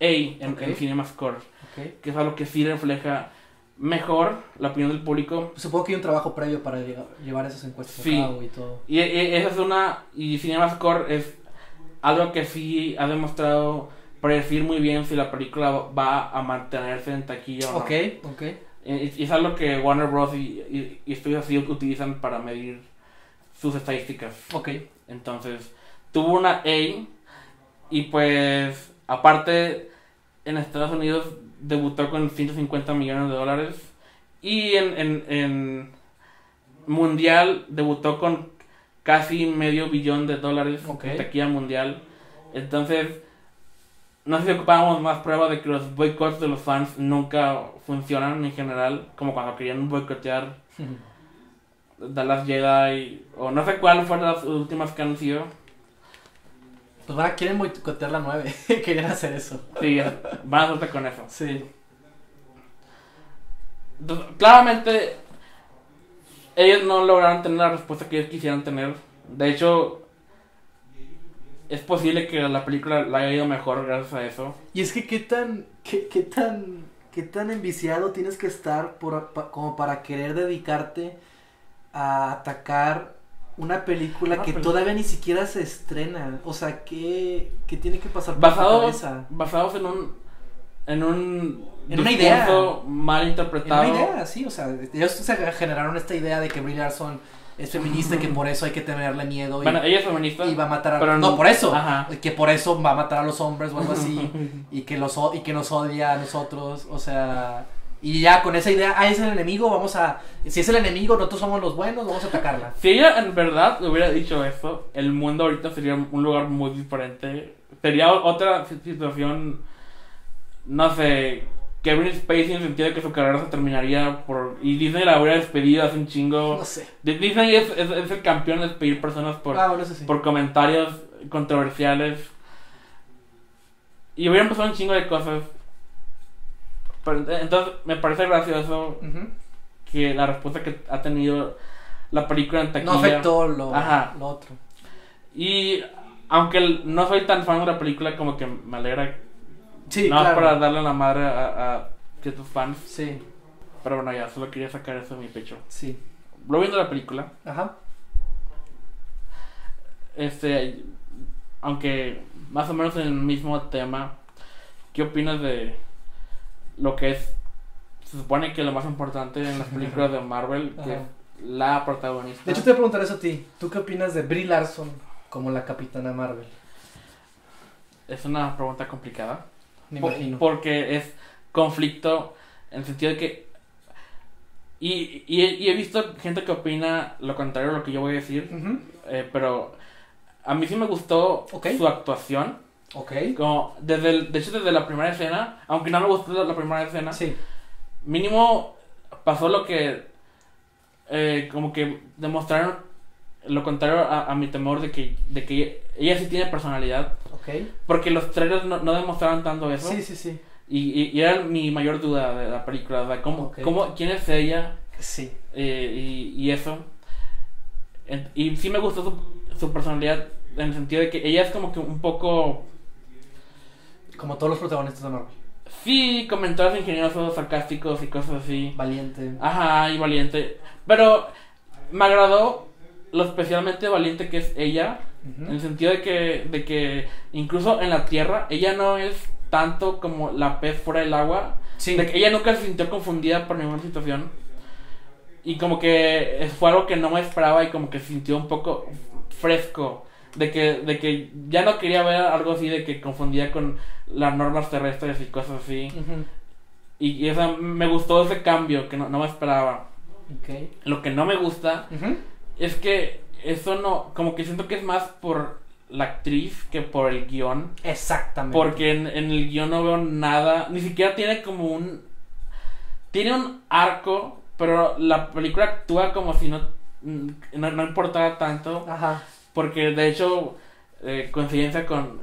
S1: A en,
S2: Ok.
S1: en CinemaScore,
S2: Ok.
S1: que es algo que sí refleja mejor la opinión del público.
S2: Pues Supongo que hay un trabajo previo para llega- llevar esas encuestas
S1: Sí.
S2: a cabo y todo.
S1: Y e- esa es una. Y CinemaScore es algo que sí ha demostrado predecir muy bien si la película va a mantenerse en taquilla o no.
S2: Ok, ok.
S1: Y- y es algo que Warner Bros. y, y, y estudios así utilizan para medir sus estadísticas.
S2: Ok.
S1: Entonces, tuvo una A. Y pues, aparte, en Estados Unidos debutó con 150 millones de dólares. Y en, en, en Mundial debutó con casi medio billón de dólares
S2: Ok.
S1: en taquilla mundial. Entonces, no sé si ocupábamos más pruebas de que los boicots de los fans nunca funcionan en general, como cuando querían boicotear Dallas Jedi o no sé cuál fueron las últimas que han sido.
S2: Pues van a quieren boicotear la 9. Querían hacer eso.
S1: Sí, es- van a hacerte con eso.
S2: Sí.
S1: Entonces, claramente, ellos no lograron tener la respuesta que ellos quisieran tener. De hecho, es posible que la película la haya ido mejor gracias a eso.
S2: Y es que qué tan, qué, qué tan, qué tan enviciado tienes que estar por, pa- como para querer dedicarte a atacar una película
S1: Una
S2: que
S1: peli-
S2: todavía ni siquiera se estrena. O sea, ¿qué, qué tiene que pasar por
S1: Basado-
S2: tu cabeza?
S1: Basados en un. En un.
S2: En una
S1: discurso mal
S2: En una
S1: interpretado.
S2: idea, sí, o sea, ellos se generaron esta idea de que Brie Larson es feminista y que por eso hay que tenerle miedo y,
S1: Bueno, ella es feminista.
S2: y va a matar a...
S1: pero
S2: no,
S1: no-
S2: por eso.
S1: Ajá.
S2: Que por eso va a matar a los hombres o algo así. y, que los, o- y que nos odia a nosotros. O sea... Y ya con esa idea, ah, es el enemigo, vamos a... Si es el enemigo, nosotros somos los buenos, vamos a atacarla.
S1: Si ella en verdad hubiera dicho eso, el mundo ahorita sería un lugar muy diferente. Sería o- otra si- situación, no sé, Kevin Spacey en el sentido de que su carrera se terminaría por... Y Disney la hubiera despedido hace un chingo.
S2: No sé.
S1: Di- Disney es, es- es el campeón de despedir personas por,
S2: Ah, bueno, eso sí.
S1: por comentarios controversiales. Y hubiera pasado un chingo de cosas. Pero, eh, entonces, me parece gracioso
S2: Ujú.
S1: que la respuesta que ha tenido la película en taquilla...
S2: No afectó lo,
S1: Ajá.
S2: lo otro.
S1: Y aunque l- no soy tan fan de la película, como que me alegra.
S2: Sí,
S1: no
S2: claro.
S1: para darle la madre a, a ciertos fans.
S2: Sí,
S1: Pero bueno, ya solo quería sacar eso de mi pecho.
S2: sí.
S1: Lo viendo la película,
S2: Ajá.
S1: este. Aunque más o menos en el mismo tema, ¿qué opinas de lo que es. Se supone que lo más importante en las películas de Marvel, que
S2: Ajá.
S1: es la protagonista.
S2: De hecho, te voy a preguntar eso a ti. ¿Tú qué opinas de Brie Larson como la capitana Marvel?
S1: Es una pregunta complicada.
S2: Me
S1: Por-
S2: imagino.
S1: Porque es conflicto en el sentido de que. Y, y, y he visto gente que opina lo contrario a lo que yo voy a decir,
S2: Ujú,
S1: eh, pero a mí sí me gustó
S2: Ok.
S1: su actuación.
S2: Ok.
S1: Como desde el- de hecho, desde la primera escena, aunque no me gustó la, la primera escena,
S2: Sí.
S1: mínimo pasó lo que. eh, como que demostraron lo contrario a, a mi temor de que, de que ella sí tiene personalidad.
S2: Ok.
S1: Porque los trailers no, no demostraron tanto eso.
S2: Sí, sí, sí.
S1: Y, y- y era mi mayor duda de la película, o sea, ¿cómo,
S2: Ok.
S1: cómo- ¿quién es ella?
S2: Sí.
S1: Eh, y, y eso. En- Y sí me gustó su, su personalidad en el sentido de que ella es como que un poco,
S2: Como todos los protagonistas de Marvel.
S1: sí, comentarios ingeniosos, sarcásticos y cosas así.
S2: Valiente.
S1: Ajá, y valiente. Pero me agradó lo especialmente valiente que es ella, en el
S2: Ujú.
S1: sentido de que, de que incluso en la Tierra, ella no es tanto como la pez fuera del agua,
S2: Sí.
S1: De que ella nunca se sintió confundida por ninguna situación. Y como que fue algo que no me esperaba y como que se sintió un poco fresco. De que, de que ya no quería ver algo así de que confundía con las normas terrestres y cosas así.
S2: Ujú.
S1: Y, y esa, me gustó ese cambio que no, no me esperaba.
S2: Ok.
S1: Lo que no me gusta
S2: Ujú.
S1: es que eso no, como que siento que es más por la actriz que por el guión.
S2: Exactamente.
S1: Porque en, en el guión no veo nada. Ni siquiera tiene como un. Tiene un arco, pero la película actúa como si no, mm, no, no importara tanto.
S2: Ajá.
S1: Porque de hecho, eh, coincidencia con,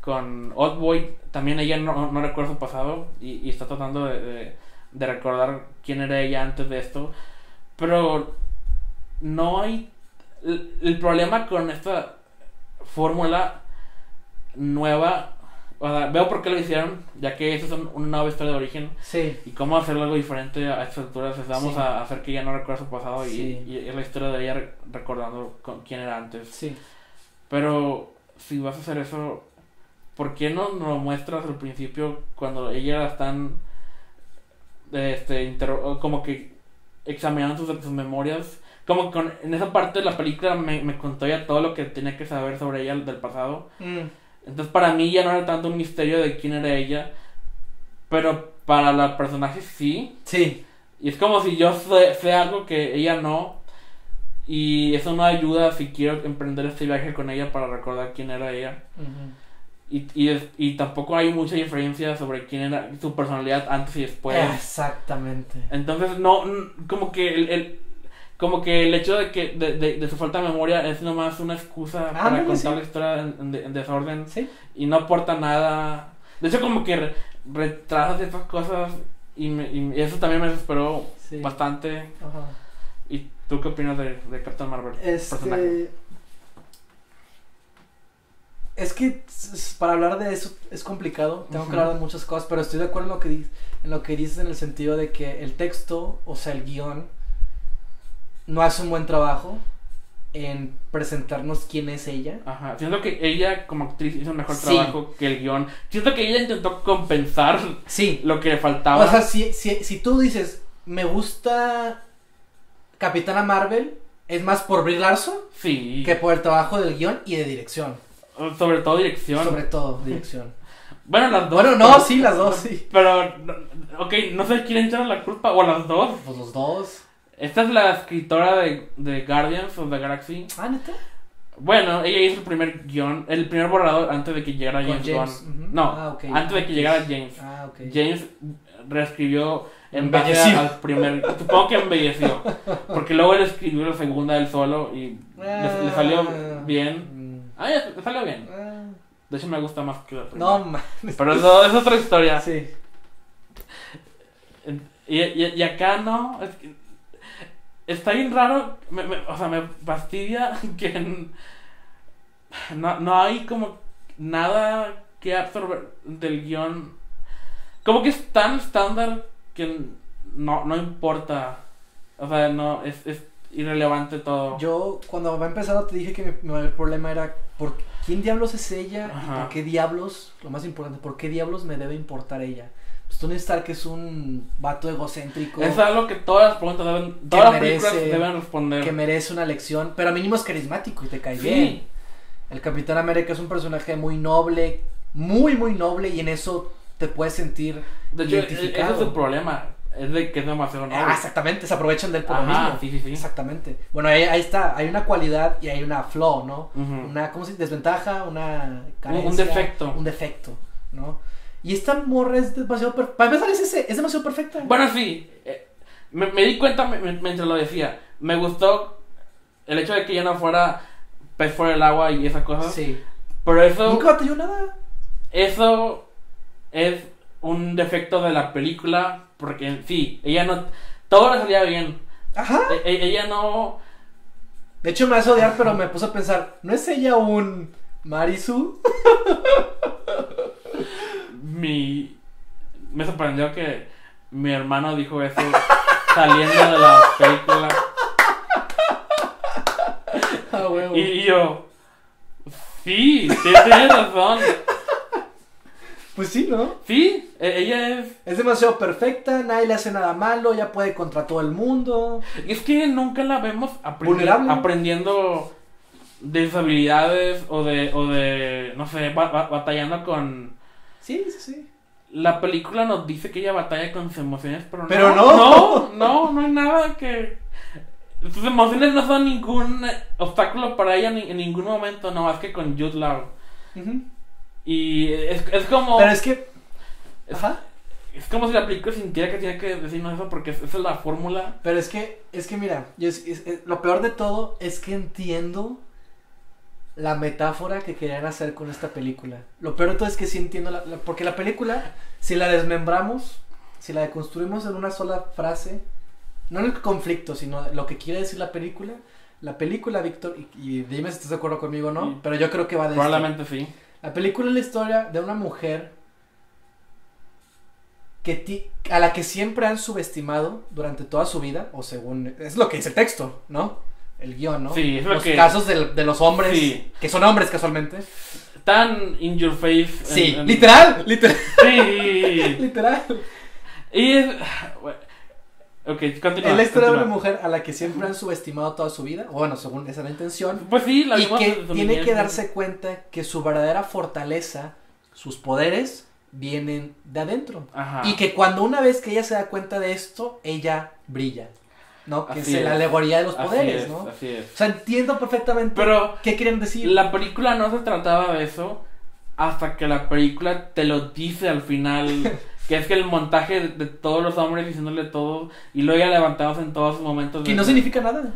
S1: con Oddboy, también ella no, no recuerda su pasado y, y está tratando de, de- de recordar quién era ella antes de esto. Pero no hay. El, el problema con esta fórmula nueva. o sea, veo por qué lo hicieron, ya que eso es un- una nueva historia de origen.
S2: Sí.
S1: Y cómo hacer algo diferente a estas alturas. es vamos
S2: Sí.
S1: a hacer que ella no recuerde su pasado y-
S2: Sí.
S1: y, es la historia de ella re- recordando con- quién era antes.
S2: Sí.
S1: Pero si vas a hacer eso, ¿por qué no nos lo muestras al principio cuando ella la están este, interro- como que examinando sus, sus memorias? Como con, en esa parte de la película me, me contó ya todo lo que tenía que saber sobre ella del pasado.
S2: Mm.
S1: Entonces para mí ya no era tanto un misterio de quién era ella, pero para la personaje sí.
S2: Sí.
S1: Y es como si yo sé, sé algo que ella no. Y eso no ayuda si quiero emprender este viaje con ella para recordar quién era ella.
S2: Ujú.
S1: Y, y, es- y tampoco hay mucha diferencia sobre quién era su personalidad antes y después.
S2: Ah. Exactamente.
S1: Entonces no, n- como que el, el- como que el hecho de que de, de- de su falta de memoria es nomás una excusa para
S2: Ah, Ándale,
S1: contar
S2: sí.
S1: la historia en- en de- en desorden
S2: Sí.
S1: y no aporta nada. De hecho, como que re- retrasa ciertas cosas y, me- y eso también me desesperó
S2: Sí.
S1: bastante.
S2: Ajá.
S1: ¿Y tú qué opinas de, de Captain Marvel? personaje?
S2: Este. Es que s- s- para hablar de eso es complicado, tengo que
S1: Ujú.
S2: hablar de muchas cosas, pero estoy de acuerdo en lo que dices, en lo que dices en el sentido de que el texto, o sea, el guión, no hace un buen trabajo en presentarnos quién es ella.
S1: Ajá. Siento que ella como actriz hizo un mejor
S2: Sí.
S1: trabajo que el guión. Siento que ella intentó compensar
S2: Sí.
S1: lo que le faltaba.
S2: O sea, si, si, si tú dices, me gusta Capitana Marvel, es más por Brie Larson
S1: Sí.
S2: que por el trabajo del guión y de dirección.
S1: Sobre todo dirección.
S2: Sobre todo, dirección.
S1: Bueno, las dos.
S2: Bueno, no, sí, las dos, sí.
S1: Pero, no- ok, no sé quién echar la culpa, o a las dos.
S2: Pues los dos.
S1: Esta es la escritora de, de Guardians of the Galaxy.
S2: Ah, neta.
S1: Bueno, ella hizo el primer guión, el primer borrador antes de que llegara
S2: Con
S1: James,
S2: James,
S1: Gunn.
S2: ujú.
S1: No,
S2: Ah, ok.
S1: antes de que llegara James.
S2: Ah, ok.
S1: James reescribió en base
S2: Embelleció.
S1: al primer. Supongo que embelleció. Porque luego él escribió la segunda del solo y
S2: Ah.
S1: le, le salió bien.
S2: Mm.
S1: Ah, ya, le salió bien.
S2: Ah.
S1: De hecho, me gusta más que la primera.
S2: No, ma-
S1: Pero eso es otra historia.
S2: sí.
S1: Y, y- y acá no. es que- está bien raro. me- me- o sea, me fastidia que en- no, no hay como nada que absorber del guión. Como que es tan estándar que no, no importa. O sea, no, es, es irrelevante todo.
S2: Yo cuando va empezando te dije que mi, mi mayor problema era por quién diablos es ella y
S1: Ajá.
S2: por qué diablos, lo más importante, por qué diablos me debe importar ella. Pues Tony Stark es un vato egocéntrico
S1: es algo que todas las preguntas deben, todas las películas
S2: merece-
S1: deben responder.
S2: que merece una lección, pero mínimo es carismático y te cae
S1: Sí.
S2: bien. El Capitán América es un personaje muy noble, muy muy noble y en eso te puedes sentir
S1: De hecho, e- ese
S2: identificado.
S1: es el problema. Es de que es demasiado noble.
S2: Ah, exactamente, se aprovechan del él por lo
S1: Ajá,
S2: mismo.
S1: sí, sí, sí.
S2: Exactamente. Bueno, ahí, ahí está, hay una cualidad y hay una flaw, ¿no?
S1: Ujú.
S2: una ¿cómo se dice? desventaja, una carencia,
S1: Mm. un defecto.
S2: un defecto, ¿no? Y esta morra es demasiado per- para empezar es ese, es demasiado perfecta.
S1: Bueno, sí. eh, me, me di cuenta me- me- mientras lo decía. Me gustó el hecho de que ya no fuera pez fuera del agua y esas cosas.
S2: sí.
S1: Pero eso,
S2: Nunca batalló nada.
S1: eso es un defecto de la película. Porque sí, ella no. Todo le salía bien.
S2: Ajá.
S1: E- e- ella no.
S2: De hecho me hace odiar, pero me puse a pensar, ¿no es ella un Marisu?
S1: Mi. Me sorprendió que mi hermano dijo eso saliendo de la película.
S2: Ah, huevo.
S1: Y, y yo. Sí, sí, tienes razón.
S2: Pues sí, ¿no?
S1: Sí, e- ella es.
S2: Es demasiado perfecta, nadie le hace nada malo, ella puede contra todo el mundo.
S1: Es que nunca la vemos aprendi-
S2: Vulnerable.
S1: aprendiendo de sus habilidades o de, o de no sé, ba- ba- batallando con...
S2: Sí, sí, sí.
S1: La película nos dice que ella batalla con sus emociones, pero no.
S2: Pero no.
S1: No, no, no hay nada que... Sus emociones no son ningún obstáculo para ella ni- en ningún momento, no más que con Jude Law.
S2: Ujú.
S1: Y es, es como...
S2: Pero es que ajá.
S1: Es como si la película sintiera que tiene que decirnos eso porque esa es la fórmula.
S2: Pero es que, es que mira, yo es- es- es- lo peor de todo es que entiendo la metáfora que querían hacer con esta película. Lo peor de todo es que sí entiendo, la, la- porque la película, si la desmembramos, si la deconstruimos en una sola frase, no en el conflicto, sino lo que quiere decir la película, la película, Víctor, y, y dime si estás de acuerdo conmigo o no,
S1: Sí.
S2: pero yo creo que va de este esto.
S1: Probablemente sí.
S2: La película es la historia de una mujer que ti- a la que siempre han subestimado durante toda su vida, o según... Es lo que dice el texto, ¿no? El guión, ¿no?
S1: Sí, es lo
S2: los
S1: que-
S2: casos del- de los hombres,
S1: Sí.
S2: que son hombres casualmente.
S1: Tan in your face. en-
S2: Sí,
S1: en-
S2: literal, literal,
S1: Sí.
S2: literal.
S1: Y es. bueno, Ok, continúa.
S2: Es la historia de una
S1: continúa.
S2: mujer a la que siempre han subestimado toda su vida, o bueno, según esa es la intención,
S1: Pues sí, la
S2: y
S1: vimos
S2: que
S1: desde
S2: tiene
S1: niñez.
S2: que darse cuenta que su verdadera fortaleza, sus poderes, vienen de adentro.
S1: Ajá.
S2: Y que cuando una vez que ella se da cuenta de esto, ella brilla. ¿No? Que
S1: Así
S2: es, la
S1: es.
S2: alegoría de los
S1: Así
S2: poderes,
S1: es,
S2: ¿no? O
S1: Así es.
S2: sea, entiendo perfectamente
S1: Pero
S2: qué quieren decir.
S1: la película no se trataba de eso hasta que la película te lo dice al final. que es que el montaje de, de todos los hombres diciéndole todo y luego ya levantados en todos sus momentos.
S2: Que
S1: de-
S2: no significa nada.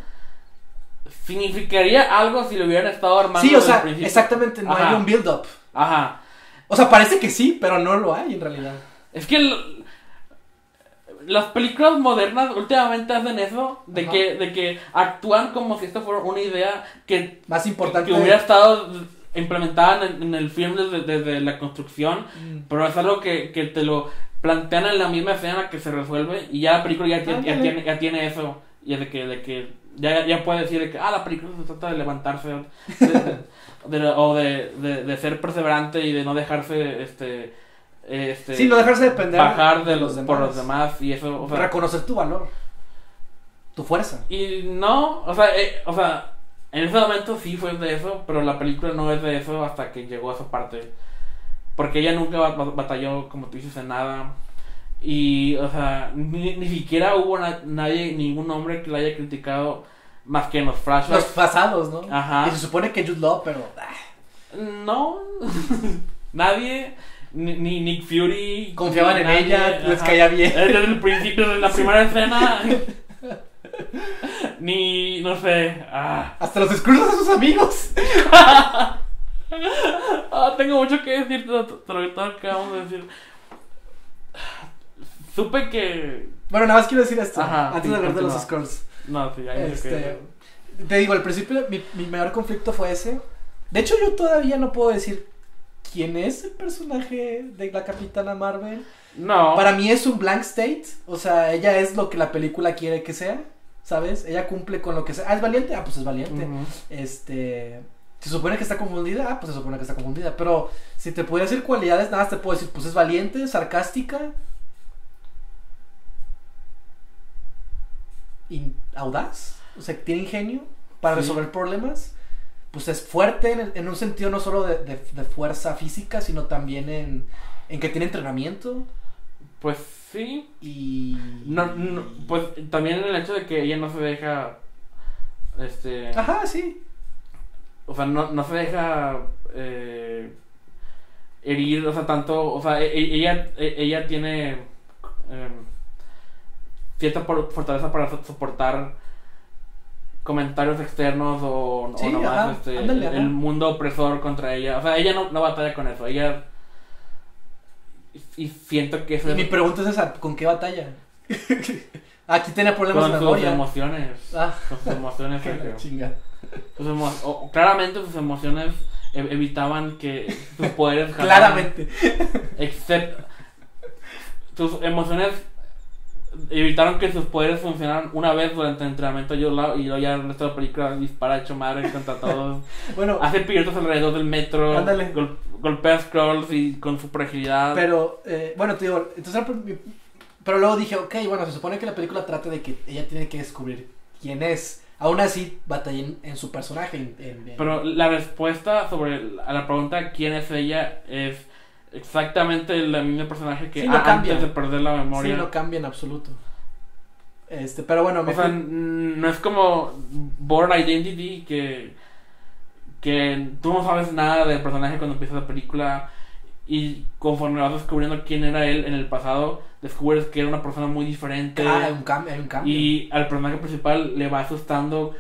S1: Significaría algo si lo hubieran estado armando
S2: Sí, o
S1: desde el
S2: sea,
S1: principio.
S2: exactamente, no
S1: Ajá.
S2: hay un build-up.
S1: Ajá.
S2: O sea, parece que sí, pero no lo hay en realidad.
S1: Es que el- las películas modernas últimamente hacen eso, de
S2: Ajá.
S1: que, de que actúan como si esto fuera una idea que,
S2: Más importante.
S1: que hubiera estado implementada en, en el film desde, desde la construcción,
S2: Mm.
S1: pero es algo que, que te lo plantean en la misma escena que se resuelve y ya la película ya, tiene- ya
S2: Ándale.
S1: tiene, ya tiene eso, y es de que, de que ya, ya puede decir de que, ah, la película se trata de levantarse, de- de- de- o de, de- de ser perseverante y de no dejarse, este... Este,
S2: Sí, no dejarse depender
S1: bajar de
S2: de
S1: los
S2: los
S1: por los
S2: demás.
S1: demás y eso o sea,
S2: Reconocer tu valor. tu fuerza.
S1: Y no, o sea, eh, o sea, en ese momento sí fue de eso, pero la película no es de eso hasta que llegó a esa parte. Porque ella nunca ba- ba- batalló, como tú dices, en nada. Y, o sea, ni, ni siquiera hubo na- nadie, ningún hombre que la haya criticado más que en los
S2: Los
S1: flashbacks.
S2: pasados, ¿no?
S1: Ajá.
S2: Y se supone que Jude Law, pero. ah,
S1: No, nadie, ni, ni Nick Fury.
S2: Confiaban
S1: ni
S2: en
S1: nadie,
S2: ella, les
S1: ajá.
S2: caía bien.
S1: Desde el principio, de la primera escena. Ni, no sé. Ah.
S2: Hasta los discursos de sus amigos.
S1: Ah, tengo mucho que decir de lo todo lo que acabamos de decir. Supe que.
S2: Bueno, nada más quiero decir esto.
S1: Ajá,
S2: antes
S1: sí,
S2: de hablar de los
S1: continúa.
S2: Skrulls.
S1: No, sí, hay mucho que
S2: Este,
S1: decir.
S2: te digo, al principio mi, mi mayor conflicto fue ese. De hecho, yo todavía no puedo decir quién es el personaje de la Capitana Marvel.
S1: No.
S2: Para mí es un blank state. O sea, ella es lo que la película quiere que sea. ¿Sabes? Ella cumple con lo que sea. Ah, es valiente. Ah, pues es valiente.
S1: Ujú.
S2: Este. Se supone que está confundida. Ah, pues se supone que está confundida. Pero si te pudiera decir cualidades, nada más te puedo decir, pues es valiente, sarcástica. in- audaz. O sea, tiene ingenio para
S1: Sí.
S2: resolver problemas. Pues es fuerte en, el- en un sentido no solo de, de- de fuerza física, sino también en, en que tiene entrenamiento.
S1: Pues sí.
S2: Y.
S1: No, no, pues también el hecho de que ella no se deja. Este.
S2: Ajá, sí.
S1: O sea, no, no se deja eh, herir, o sea, tanto, o sea, e- e- ella, e- ella tiene em, cierta por- fortaleza para so- soportar comentarios externos o, o
S2: Sí,
S1: nomás
S2: ajá,
S1: este,
S2: ándale,
S1: el,
S2: ajá.
S1: mundo opresor contra ella. O sea, ella no, no batalla con eso, ella... Y y siento que eso
S2: Y
S1: es
S2: mi pregunta es esa: ¿con qué batalla? Aquí tenía problemas
S1: con
S2: de
S1: sus
S2: memoria.
S1: emociones.
S2: Ah.
S1: Con sus emociones,
S2: Que la
S1: Sergio.
S2: chinga.
S1: Sus emo- o- claramente sus emociones e- evitaban que sus poderes jalaran.
S2: Claramente.
S1: Excepto. Tus emociones evitaron que sus poderes funcionaran una vez durante el entrenamiento de Jude Law, y luego ya el resto de la película dispara hecho madre contra todos.
S2: Bueno,
S1: Hace piruetas alrededor del metro.
S2: Ándale.
S1: gol- golpea scrolls y con su fragilidad.
S2: pero, eh, bueno, te digo, entonces, pero- pero luego dije, ok, bueno, se supone que la película trata de que ella tiene que descubrir quién es. Aún así, batallé en, en su personaje. en- en- en-
S1: Pero la respuesta sobre la- a la pregunta quién es ella es exactamente el mismo personaje que
S2: Sí, no
S1: a-
S2: cambia.
S1: antes de perder la
S2: sí,
S1: memoria.
S2: no cambia en absoluto. Este, pero bueno, me
S1: O sea,
S2: fui-
S1: n- no es como Born Identity que, que tú no sabes nada del personaje cuando empieza la película y conforme vas descubriendo quién era él en el pasado, descubres que era una persona muy diferente
S2: ah, hay un cambio, hay un cambio.
S1: eh, y al personaje principal le va asustando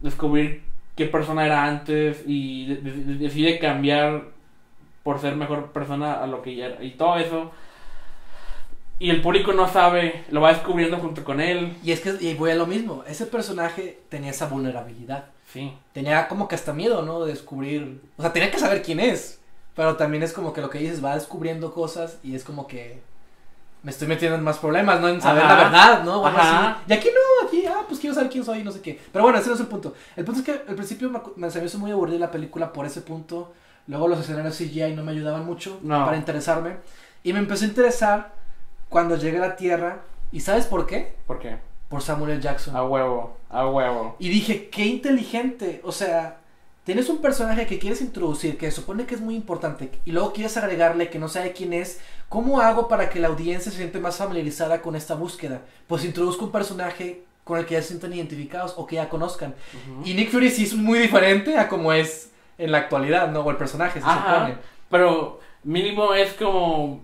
S1: descubrir qué persona era antes y de- de- decide cambiar por ser mejor persona a lo que ya era y todo eso. Y el público no sabe, lo va descubriendo junto con él.
S2: Y es que, y voy a lo mismo, ese personaje tenía esa vulnerabilidad.
S1: Sí.
S2: tenía como que hasta miedo, ¿no? De descubrir. O sea, tenía que saber quién es. Pero también es como que lo que dices, va descubriendo cosas y es como que me estoy metiendo en más problemas, ¿no? En saber
S1: Ajá.
S2: la verdad, ¿no? O algo
S1: Ajá.
S2: así. Y aquí no, aquí, ah, pues quiero saber quién soy y no sé qué. Pero bueno, ese no es el punto. El punto es que al principio me, acu- me, se me hizo muy aburrida la película por ese punto. Luego los escenarios CGI no me ayudaban mucho
S1: No.
S2: para interesarme. Y me empezó a interesar cuando llegué a la Tierra. ¿Y sabes por qué?
S1: ¿Por qué?
S2: Por Samuel L. Jackson.
S1: A huevo, a huevo.
S2: Y dije, qué inteligente. O sea, tienes un personaje que quieres introducir, que se supone que es muy importante, y luego quieres agregarle que no sabe quién es. ¿Cómo hago para que la audiencia se siente más familiarizada con esta búsqueda? Pues introduzco un personaje con el que ya se sientan identificados o que ya conozcan. Y Nick Fury sí es muy diferente a como es en la actualidad, ¿no? O el personaje, se
S1: Ajá.
S2: supone.
S1: Pero mínimo es como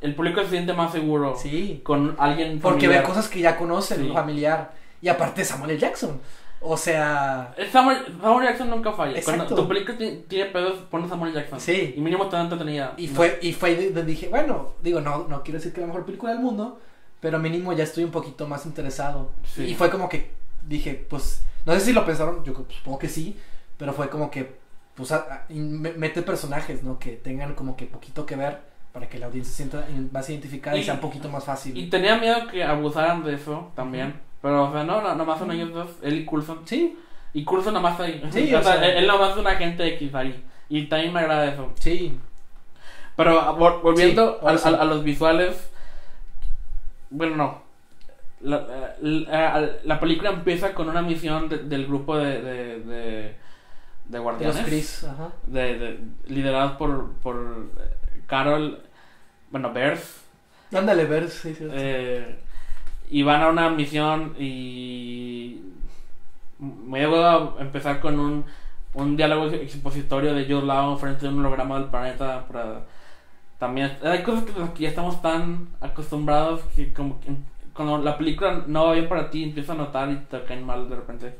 S1: el público se siente más seguro
S2: Sí.
S1: con alguien
S2: Porque ve
S1: familiar.
S2: cosas que ya conocen,
S1: Sí.
S2: familiar. Y aparte Samuel L. Jackson. O sea...
S1: Samuel, Samuel Jackson nunca falla.
S2: Exacto.
S1: Cuando tu película ti- tiene pedos, pon a Samuel Jackson.
S2: Sí.
S1: Y mínimo está entretenida.
S2: Y
S1: No.
S2: fue, y fue ahí donde dije, bueno, digo, no, no quiero decir que es la mejor película del mundo, pero mínimo ya estoy un poquito más interesado.
S1: Sí.
S2: Y fue como que dije, pues, no sé si lo pensaron, yo supongo que sí, pero fue como que, pues, a- a- y me- mete personajes, ¿no? Que tengan como que poquito que ver para que la audiencia se sienta in- más identificada y,
S1: Y-
S2: sea un poquito más fácil.
S1: Y tenía miedo que abusaran de eso también. Pero, o sea, no, no, nomás son ellos dos, él y Coulson.
S2: Sí,
S1: Y Coulson nomás ahí.
S2: Sí,
S1: O
S2: o
S1: sea,
S2: sea-
S1: él, él nomás es un agente X ahí. Y también me agrada eso.
S2: sí.
S1: Pero ah, vol- volviendo
S2: Sí, ahora
S1: a,
S2: sí.
S1: a- a los visuales, bueno, no. La, la, la película empieza con una misión de- del grupo de, de, de, de
S2: De los
S1: guardianes.
S2: Chris, ajá.
S1: de, de- liderados por, por eh, Carol, bueno, Bears.
S2: Ándale, ver, sí, sí.
S1: eh, y van a una misión y me llegó a empezar con un, un diálogo expositorio de Jude Law frente a un holograma del planeta para también eh, hay cosas que, que ya estamos tan acostumbrados que como que cuando la película no va bien para ti empieza a notar y te caen mal de repente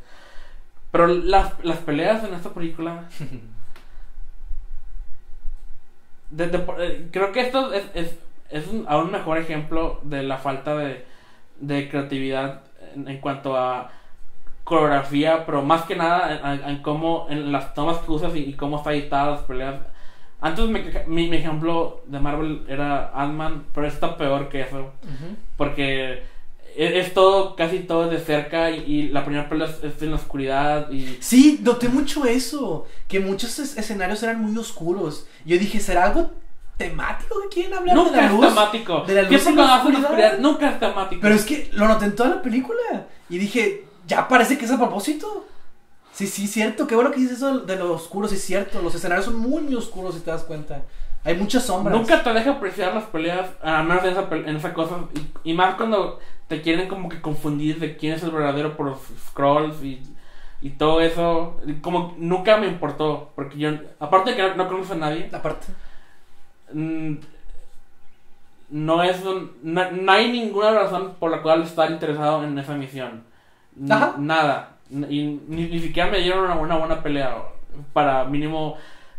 S1: pero las, las peleas en esta película de- de- por- eh, creo que esto es, es, es un- aún mejor ejemplo de la falta de, de creatividad en, en cuanto a coreografía, pero más que nada en, en- en cómo, en las tomas que usas y, y cómo está editada las peleas. Antes me queja- mi, mi ejemplo de Marvel era Ant-Man, pero está peor que eso,
S2: Ujú.
S1: porque es, es todo, casi todo de cerca y, y la primera pelea es, es en la oscuridad y...
S2: Sí, noté mucho eso, que muchos es- escenarios eran muy oscuros. Yo dije, ¿será algo temático que quieren hablar de
S1: Nunca
S2: la
S1: es
S2: luz?
S1: temático.
S2: de la luz
S1: Siempre
S2: en la
S1: cuando hacen
S2: oscuridad.
S1: oscuridad, nunca es temático.
S2: Pero es que lo noté en toda la película y dije, ya parece que es a propósito. Sí, sí, cierto, qué bueno que dices eso de lo oscuro, sí, cierto. Los escenarios son muy, muy oscuros si te das cuenta. Hay muchas sombras.
S1: Nunca te deja apreciar las peleas, a menos en esa, pel- en esa cosa. Y, y más cuando te quieren como que confundir de quién es el verdadero por los scrolls y, y todo eso. Y Como que nunca me importó, porque yo, aparte de que no, no conozco a nadie,
S2: Aparte.
S1: mm, no es un- na- no, hay ninguna razón por la cual estar interesado en esa misión. N-
S2: Ajá.
S1: Nada. N- Y ni, ni siquiera me dieron una, una buena pelea para mínimo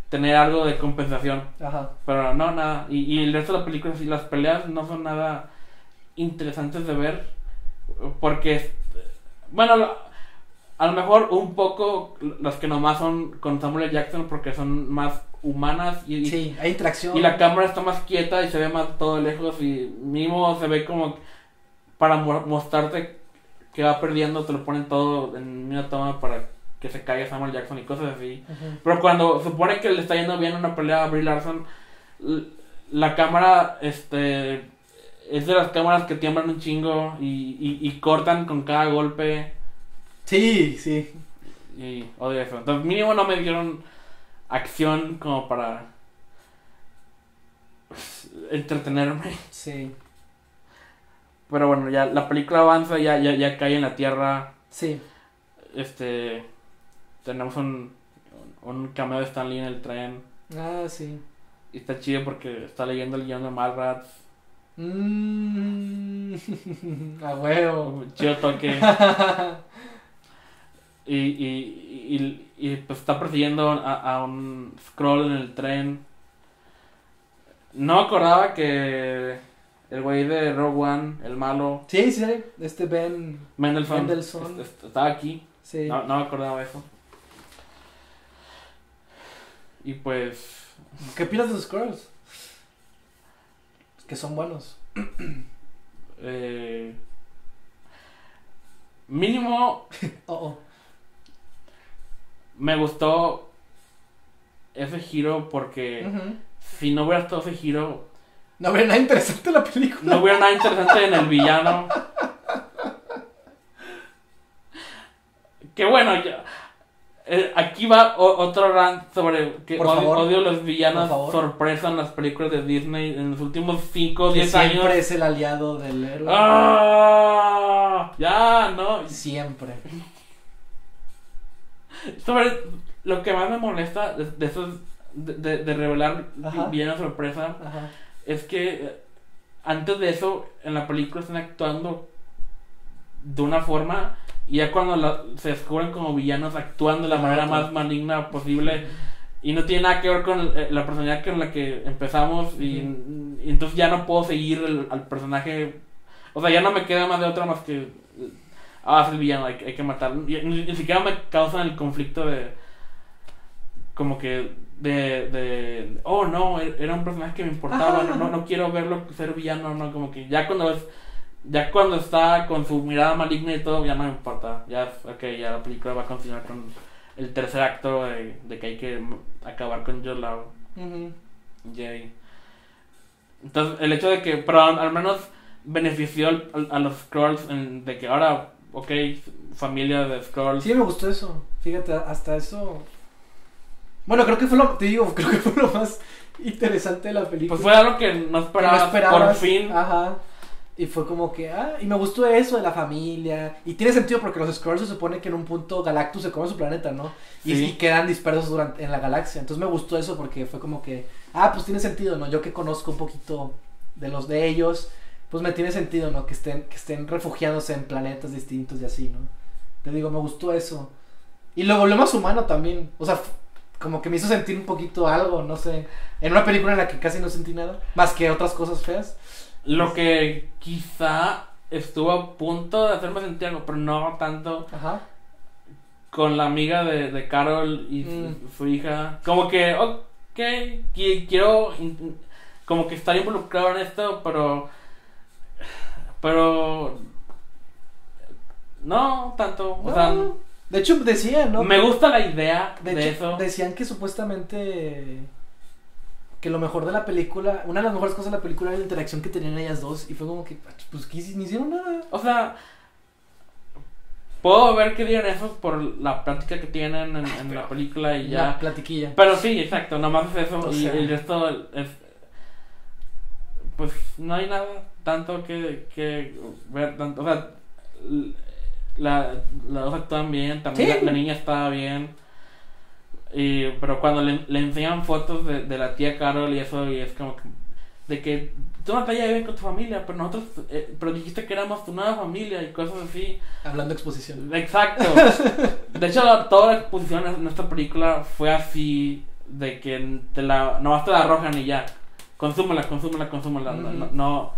S1: tener algo de compensación.
S2: Ajá.
S1: Pero no, nada. Y, y el resto de la película, sí, las peleas no son nada interesantes de ver. Porque, es- bueno, lo- a lo mejor un poco las que nomás son con Samuel L. Jackson porque son más humanas y, y-
S2: Sí, hay interacción.
S1: y la cámara está más quieta y se ve más todo lejos y mismo se ve como para mo- mostrarte que va perdiendo, te lo ponen todo en una toma para que se caiga Samuel Jackson y cosas así.
S2: Ujú.
S1: Pero cuando supone que le está yendo bien una pelea a Brie Larson, l- la cámara este es de las cámaras que tiemblan un chingo y, y- y cortan con cada golpe
S2: Sí, sí.
S1: y odio eso. Entonces mínimo no me dieron acción como para pues, entretenerme.
S2: Sí.
S1: Pero bueno, ya la película avanza, ya, ya, ya cae en la tierra.
S2: Sí.
S1: Este tenemos un, un cameo de Stan Lee en el tren.
S2: Ah, sí.
S1: Y está chido porque está leyendo el guión de Malrat.
S2: Mm. a huevo.
S1: Chido toque. Y, y, y, y, pues está persiguiendo a, a un scroll en el tren. No acordaba que el güey de Rogue One, el malo,
S2: Sí, sí, sí. este Ben.
S1: Mendelssohn,
S2: Mendelssohn.
S1: est- est- estaba aquí.
S2: Sí.
S1: No, no me acordaba eso. Y pues.
S2: ¿Qué opinas de los Skrulls? Que son buenos.
S1: eh, mínimo
S2: Oh, oh.
S1: me gustó ese giro porque
S2: Ujú.
S1: si no hubiera estado ese giro,
S2: No habría nada interesante en la película.
S1: No hubiera nada interesante en el villano. Que bueno, ya- eh, aquí va o- otro rant sobre que
S2: Por
S1: odio,
S2: favor.
S1: odio los villanos
S2: Por favor.
S1: sorpresa en las películas de Disney en los últimos 5 o
S2: Que
S1: 10
S2: siempre
S1: años.
S2: es el aliado del héroe.
S1: ¡Ah! Ya, no.
S2: Siempre.
S1: Sobre lo que más me molesta de, de esos. De, de- de revelar
S2: Ajá.
S1: villanos sorpresa
S2: Ajá.
S1: es que eh, antes de eso en la película están actuando de una forma y ya cuando la- se descubren como villanos actuando de la manera más maligna posible y no tiene nada que ver con eh, la personalidad con la que empezamos y, y entonces ya no puedo seguir el- al personaje o sea ya no me queda más de otra más que eh, ah es el villano hay, que- hay que matarlo Y ni, ni siquiera me causan el conflicto de como que de, de oh no er- era un personaje que me importaba
S2: Ajá.
S1: no, no no quiero verlo ser villano no como que ya cuando es ya cuando está con su mirada maligna y todo ya no me importa ya es- ok ya la película va a continuar con el tercer acto de, de que hay que m- acabar con Jude Law,
S2: Ujú.
S1: Jay. Entonces, el hecho de que, pero al al menos benefició al- al- a los Scrolls en- de que ahora, ok, familia de Scrolls.
S2: Sí, me gustó eso. Fíjate, hasta eso. Bueno, creo que fue lo. Te digo, creo que fue lo más interesante de la película.
S1: Pues fue algo que no
S2: Que no
S1: esperaba, por
S2: esperabas. ah.
S1: fin.
S2: Ajá. Y fue como que, ah, y me gustó eso de la familia. Y tiene sentido porque los Skrulls se supone que en un punto Galactus se come su planeta, ¿no? Y,
S1: Sí.
S2: y quedan dispersos durante, en la galaxia. Entonces me gustó eso porque fue como que, ah, pues tiene sentido, ¿no? Yo que conozco un poquito de los de ellos, pues me tiene sentido, ¿no? Que estén, que estén refugiándose en planetas distintos y así, ¿no? Te digo, me gustó eso. Y lo volvió más humano también. O sea, f- como que me hizo sentir un poquito algo, no sé. En una película en la que casi no sentí nada, más que otras cosas feas.
S1: Lo que quizá estuvo a punto de hacerme sentir algo, pero no tanto.
S2: Ajá.
S1: Con la amiga de, de Carol y su-
S2: Mm.
S1: su hija. Como que, ok, qui- quiero. in- Como que estar involucrado en esto, pero. Pero. No tanto. O sea,
S2: Bueno, de hecho, decían, ¿no?
S1: me gusta la idea de,
S2: de hecho,
S1: eso.
S2: decían que supuestamente que lo mejor de la película, una de las mejores cosas de la película era la interacción que tenían ellas dos y fue como que pues que hici- ni hicieron nada.
S1: O sea, puedo ver que dieron eso por la práctica que tienen en, en la película y ya.
S2: Una platiquilla.
S1: Pero sí, exacto, nomás es eso
S2: O
S1: y
S2: sea.
S1: el resto es... Pues no hay nada tanto que, que ver, tanto, o sea, l- la, las dos actúan bien, también
S2: Sí.
S1: la, la niña estaba bien. Y, pero cuando le, le enseñan fotos de, de la tía Carol y eso, y es como que, de que tú no te llevas bien con tu familia, pero nosotros, eh, pero dijiste que éramos tu nueva familia y cosas así.
S2: Hablando de exposición.
S1: Exacto. De hecho, la- toda la exposición en esta película fue así: de que te la, nomás te la arrojan y ya. Consúmela, consúmela, consúmela. No- no,
S2: Ujú.
S1: no,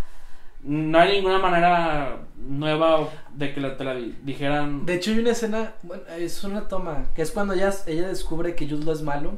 S1: no hay ninguna manera nueva de que la- te la di- dijeran.
S2: De hecho, hay una escena, bueno, es una toma, que es cuando ella, ella descubre que Jude Law es malo,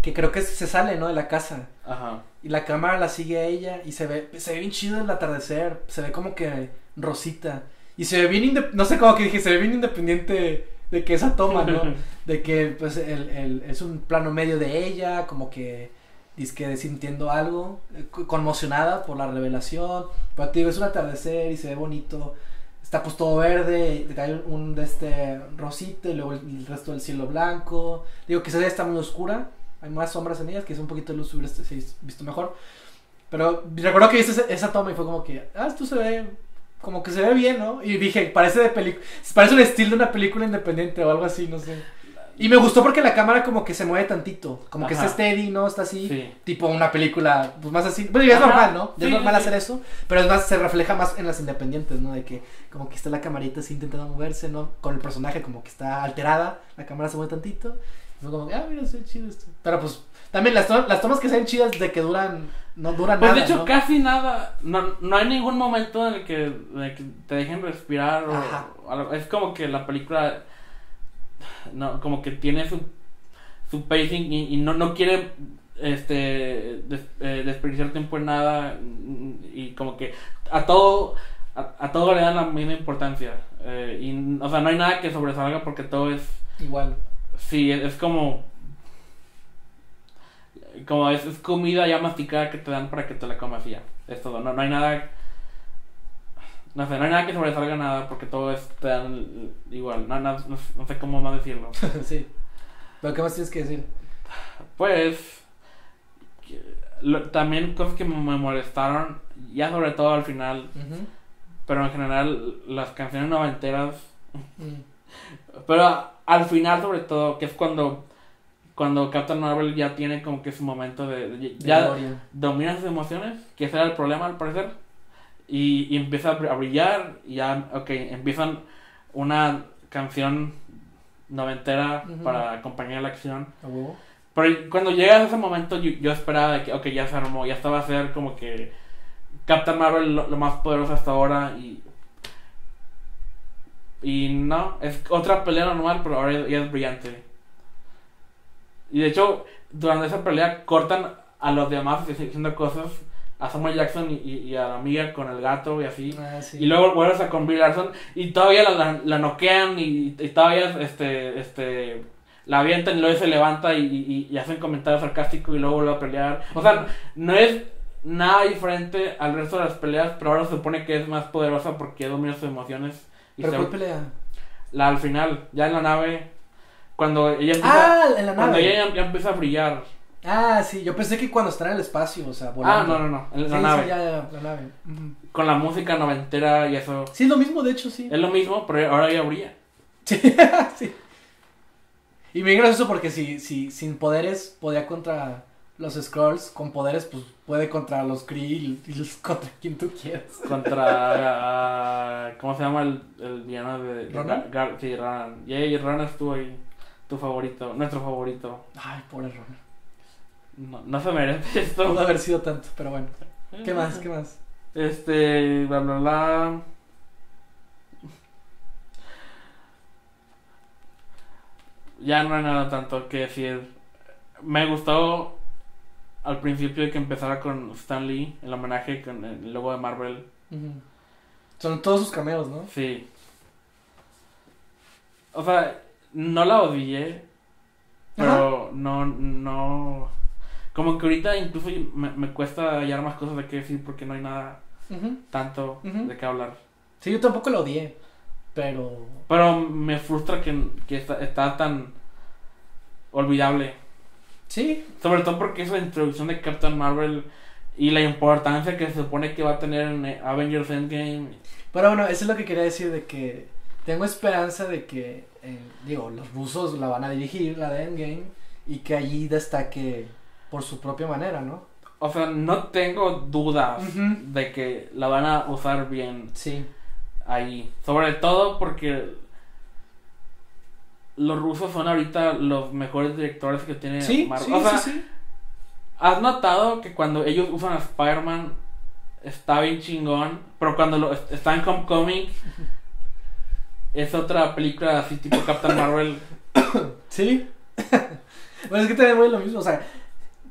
S2: que creo que se sale, ¿no? De la casa.
S1: Ajá.
S2: Y la cámara la sigue a ella y se ve, se ve bien chido el atardecer, se ve como que rosita. Y se ve bien independiente, no sé cómo que dije, se ve bien independiente de que esa toma, ¿no? De que pues el, el- es un plano medio de ella, como que dizque sintiendo algo, eh, co- conmocionada por la revelación. Pero te digo, es un atardecer y se ve bonito. Está pues todo verde, y hay un de este rosita y luego el, el resto del cielo blanco. Digo, quizás ya está muy oscura, hay más sombras en ellas, que es un poquito de luz hubiera se- se visto mejor. Pero recuerdo que hice esa, esa toma y fue como que, ah, esto se ve, como que se ve bien, ¿no? Y dije, parece de película, parece un estilo de una película independiente o algo así, no sé. Y me gustó porque la cámara como que se mueve tantito, como que
S1: Ajá.
S2: está steady, ¿no? Está así
S1: Sí.
S2: tipo una película, pues más así. Bueno, ya es
S1: Ajá,
S2: normal, ¿no?
S1: sí,
S2: Ya es normal
S1: sí.
S2: hacer eso, pero es más, se refleja más en las independientes, ¿no? De que como que está la camarita así intentando moverse, ¿no? Con el personaje como que está alterada, la cámara se mueve tantito. Y fue como, que, ah, mira, se ve chido esto. Pero pues, también las, to- las tomas que sean chidas de que duran, no duran
S1: Pues
S2: nada.
S1: de hecho,
S2: ¿no?
S1: casi nada. No, no hay ningún momento en el que, en el que te dejen respirar. o-
S2: Ajá.
S1: o algo. es como que la película. No, como que tiene su, su pacing y, y no, no quiere este des- eh, desperdiciar tiempo en nada. Y como que a todo. A, a todo le dan la misma importancia. eh, y, o sea, no hay nada que sobresalga porque todo es
S2: Igual.
S1: Sí, es, es como. Como es, es comida ya masticada que te dan para que te la comas y ya. Es todo. No, no hay nada. No sé, no hay nada que sobresalga nada porque todo es te dan el- igual. No, no, no- no sé cómo más decirlo.
S2: sí. Pero ¿qué más tienes que decir?
S1: Pues. que- lo- también cosas que me molestaron, ya sobre todo al final,
S2: Ujú.
S1: pero en general las canciones noventeras
S2: Mm.
S1: Pero a- al final, sobre todo, que es cuando, cuando Captain Marvel ya tiene como que su momento de. de-
S2: De
S1: ya
S2: Gloria.
S1: domina sus emociones, que ese era el problema al parecer. Y, y empieza a br- a brillar, y ya, ok, empiezan una canción noventera
S2: Ujú.
S1: para acompañar la acción.
S2: A huevo.
S1: Pero cuando llegas a ese momento, yo, yo esperaba de que, ok, ya se armó, ya estaba a ser como que Captain Marvel lo, lo más poderoso hasta ahora y. Y no, es otra pelea normal, pero ahora ya- ya es brillante. Y de hecho, durante esa pelea cortan a los demás haciendo cosas, a Samuel Jackson y, y- y a la amiga con el gato y así.
S2: Ah, sí.
S1: Y luego vuelves a con Brie Larson y todavía la, la, la noquean y, y todavía este, este, la avientan y luego se levanta y, y, y hacen comentarios sarcásticos y luego vuelve a pelear. O sea, no es nada diferente al resto de las peleas, pero ahora se supone que es más poderosa porque domina sus emociones. Y
S2: ¿Pero
S1: se-
S2: cuál pelea?
S1: la al final, ya en la nave, cuando ella empieza,
S2: Ah, en la
S1: cuando
S2: nave.
S1: ella ya, ya empieza a brillar.
S2: Ah, sí, yo pensé que cuando están en el espacio, o sea, volando.
S1: Ah, no, no, no, en la
S2: Sí,
S1: nave.
S2: sí, ya, ya, la nave. Ujú.
S1: Con la música noventera y eso.
S2: Sí, lo mismo, de hecho, sí.
S1: Es lo mismo, pero ahora ya brilla.
S2: Sí, sí. Y bien gracioso porque si, si sin poderes podía contra los Scrolls, con poderes pues puede contra los Kree y los- contra quien tú quieras.
S1: Contra. ah, ¿Cómo se llama el, el villano de. de
S2: ¿Ronan?
S1: Gar- Gar- sí, Ronan. Yay, Ronan estuvo ahí. Tu favorito, nuestro favorito.
S2: Ay, pobre Ron.
S1: No, no se merece
S2: Pudo
S1: esto.
S2: haber sido tanto, pero bueno. ¿Qué más? ¿Qué más?
S1: Este, bla, bla, bla. Ya no hay nada tanto que decir. Me gustó al principio que empezara con Stan Lee, el homenaje con el logo de Marvel.
S2: Ujú. Son todos sus cameos, ¿no?
S1: Sí. O sea, no la odié, pero no, no... Como que ahorita incluso me, me cuesta hallar más cosas de qué decir porque no hay nada
S2: Ujú.
S1: tanto
S2: Ujú.
S1: de qué hablar.
S2: Sí, yo tampoco lo odié, pero...
S1: Pero me frustra que, que está, está tan olvidable.
S2: Sí,
S1: Sobre todo porque es la introducción de Captain Marvel y la importancia que se supone que va a tener en eh, Avengers Endgame.
S2: pero bueno, eso es lo que quería decir de que tengo esperanza de que, eh, digo, los rusos la van a dirigir, la de Endgame, y que allí destaque por su propia manera, ¿no?
S1: O sea, no tengo dudas
S2: Ujú.
S1: de que la van a usar bien
S2: Sí.
S1: ahí. Sobre todo porque los rusos son ahorita los mejores directores que tiene
S2: Sí,
S1: Eh, Marvel.
S2: sí,
S1: O sea,
S2: sí, sí.
S1: ¿Has notado que cuando ellos usan a Spider-Man está bien chingón? Pero cuando lo, está en Homecoming es otra película así tipo Captain Marvel.
S2: Sí. bueno, es que tenemos lo mismo, o sea,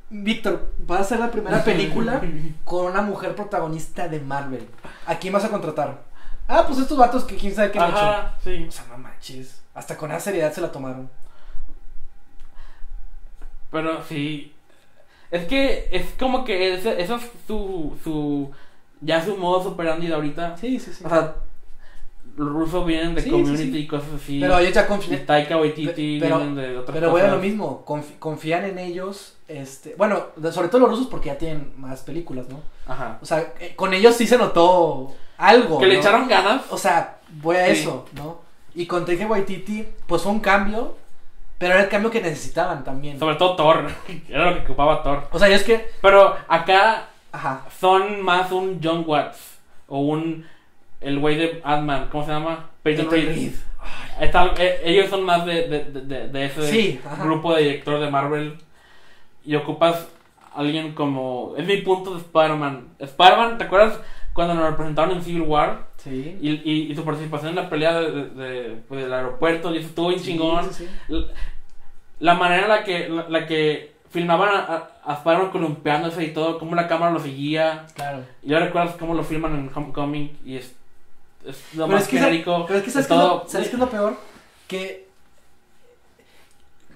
S2: Víctor, va a ser la primera película con una mujer protagonista de Marvel. ¿A quién vas a contratar? Ah, pues estos vatos que quién sabe qué han hecho.
S1: Ajá, sí.
S2: O sea, no manches. Hasta con esa seriedad se la tomaron.
S1: Pero sí. Es que es como que ese- eso es su, su. Ya su modo superandi de ahorita.
S2: Sí, sí, sí.
S1: O sea, los rusos vienen de
S2: Sí, sí,
S1: community
S2: sí.
S1: y cosas así.
S2: pero ellos ya
S1: Y
S2: confían.
S1: Taika Waititi
S2: Pero-
S1: vienen de otras
S2: Pero bueno,
S1: cosas.
S2: lo mismo. confi- confían en ellos. Este, bueno, de- sobre todo los rusos porque ya tienen más películas, ¿no?
S1: Ajá.
S2: O sea, eh, con ellos sí se notó algo.
S1: Que le
S2: ¿no?
S1: echaron ganas.
S2: O sea, voy a
S1: Sí.
S2: eso, ¿no? Y con Taika Waititi, pues fue un cambio, pero era el cambio que necesitaban también.
S1: Sobre todo Thor. Era lo que ocupaba Thor.
S2: O sea, y es que,
S1: Pero acá
S2: ajá,
S1: son más un John Watts o un. El güey de Ant-Man, ¿cómo se llama? Peyton
S2: Peyton
S1: Reed.
S2: Reed.
S1: Está- eh, ellos son más de, de, de- de- de ese
S2: Sí, ajá.
S1: grupo de director de Marvel. Y ocupas a alguien como. Es mi punto de Spider-Man. Spider-Man, ¿te acuerdas cuando nos representaron en Civil War?
S2: sí.
S1: Y, y- y su participación en la pelea de, de- de- pues, del aeropuerto, y eso estuvo bien
S2: Sí,
S1: chingón.
S2: sí, sí.
S1: La, la manera en la que, la, la que filmaban a, a, a Spider-Man columpiándose y todo, cómo la cámara lo seguía.
S2: Claro.
S1: Y ahora recuerdas cómo lo filman en Homecoming y es, es lo
S2: Pero
S1: más
S2: es que sa-
S1: genérico.
S2: Pero es que
S1: de
S2: ¿sabes qué es
S1: todo.
S2: lo- ¿sabes qué es lo peor? Que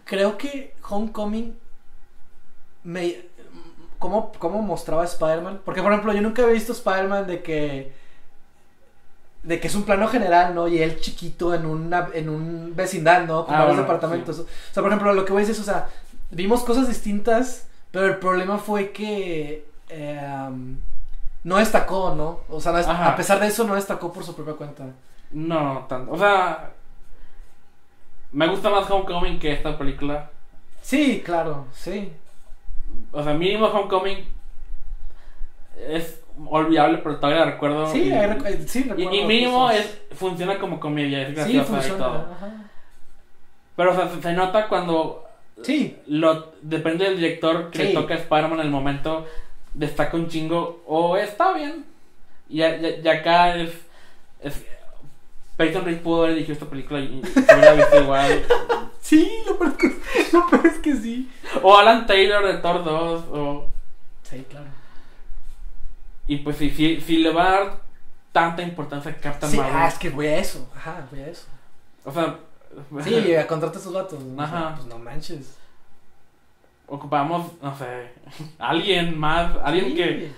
S2: creo que Homecoming me cómo, cómo mostraba a Spider-Man, porque por ejemplo, yo nunca había visto Spider-Man de que de que es un plano general, ¿no? Y él chiquito en una en un vecindad, ¿no? Con
S1: Ah,
S2: varios
S1: bueno,
S2: departamentos. O sea, por ejemplo, lo que voy a decir es, o sea, vimos cosas distintas, pero el problema fue que em, no destacó, ¿no? O sea, no dest-
S1: Ajá.
S2: a pesar de eso no destacó por su propia cuenta.
S1: No, tanto. O sea, me gusta más Homecoming que esta película.
S2: Sí, claro, sí.
S1: O sea, mínimo Homecoming es olvidable, pero todavía la recuerdo.
S2: Sí,
S1: y,
S2: hay recu- eh, sí,
S1: y-
S2: recuerdo.
S1: y mínimo
S2: cosas.
S1: es, funciona como comedia, es
S2: Sí,
S1: graciosa y todo.
S2: funciona. ajá.
S1: Pero o sea, se- se nota cuando
S2: Sí,
S1: lo depende del director que le
S2: Sí.
S1: toca a Spider-Man en el momento, destaca un chingo o está bien. Y, a- y- y acá es, es- Peyton Reed pudo haber dirigido esta película y y se hubiera visto igual.
S2: sí, lo peor, es que, lo peor es que sí.
S1: O Alan Taylor de Thor 2. O,
S2: Sí, claro.
S1: y pues si, si, si le va a dar tanta importancia a Captain
S2: Sí,
S1: Marvel.
S2: ah, es que voy a eso. Ajá, voy a eso.
S1: O sea,
S2: Sí, eh. a contratar a esos vatos. ¿no? O sea,
S1: Ajá.
S2: pues no manches.
S1: ocupamos, no sé, alguien más, alguien
S2: Sí.
S1: que,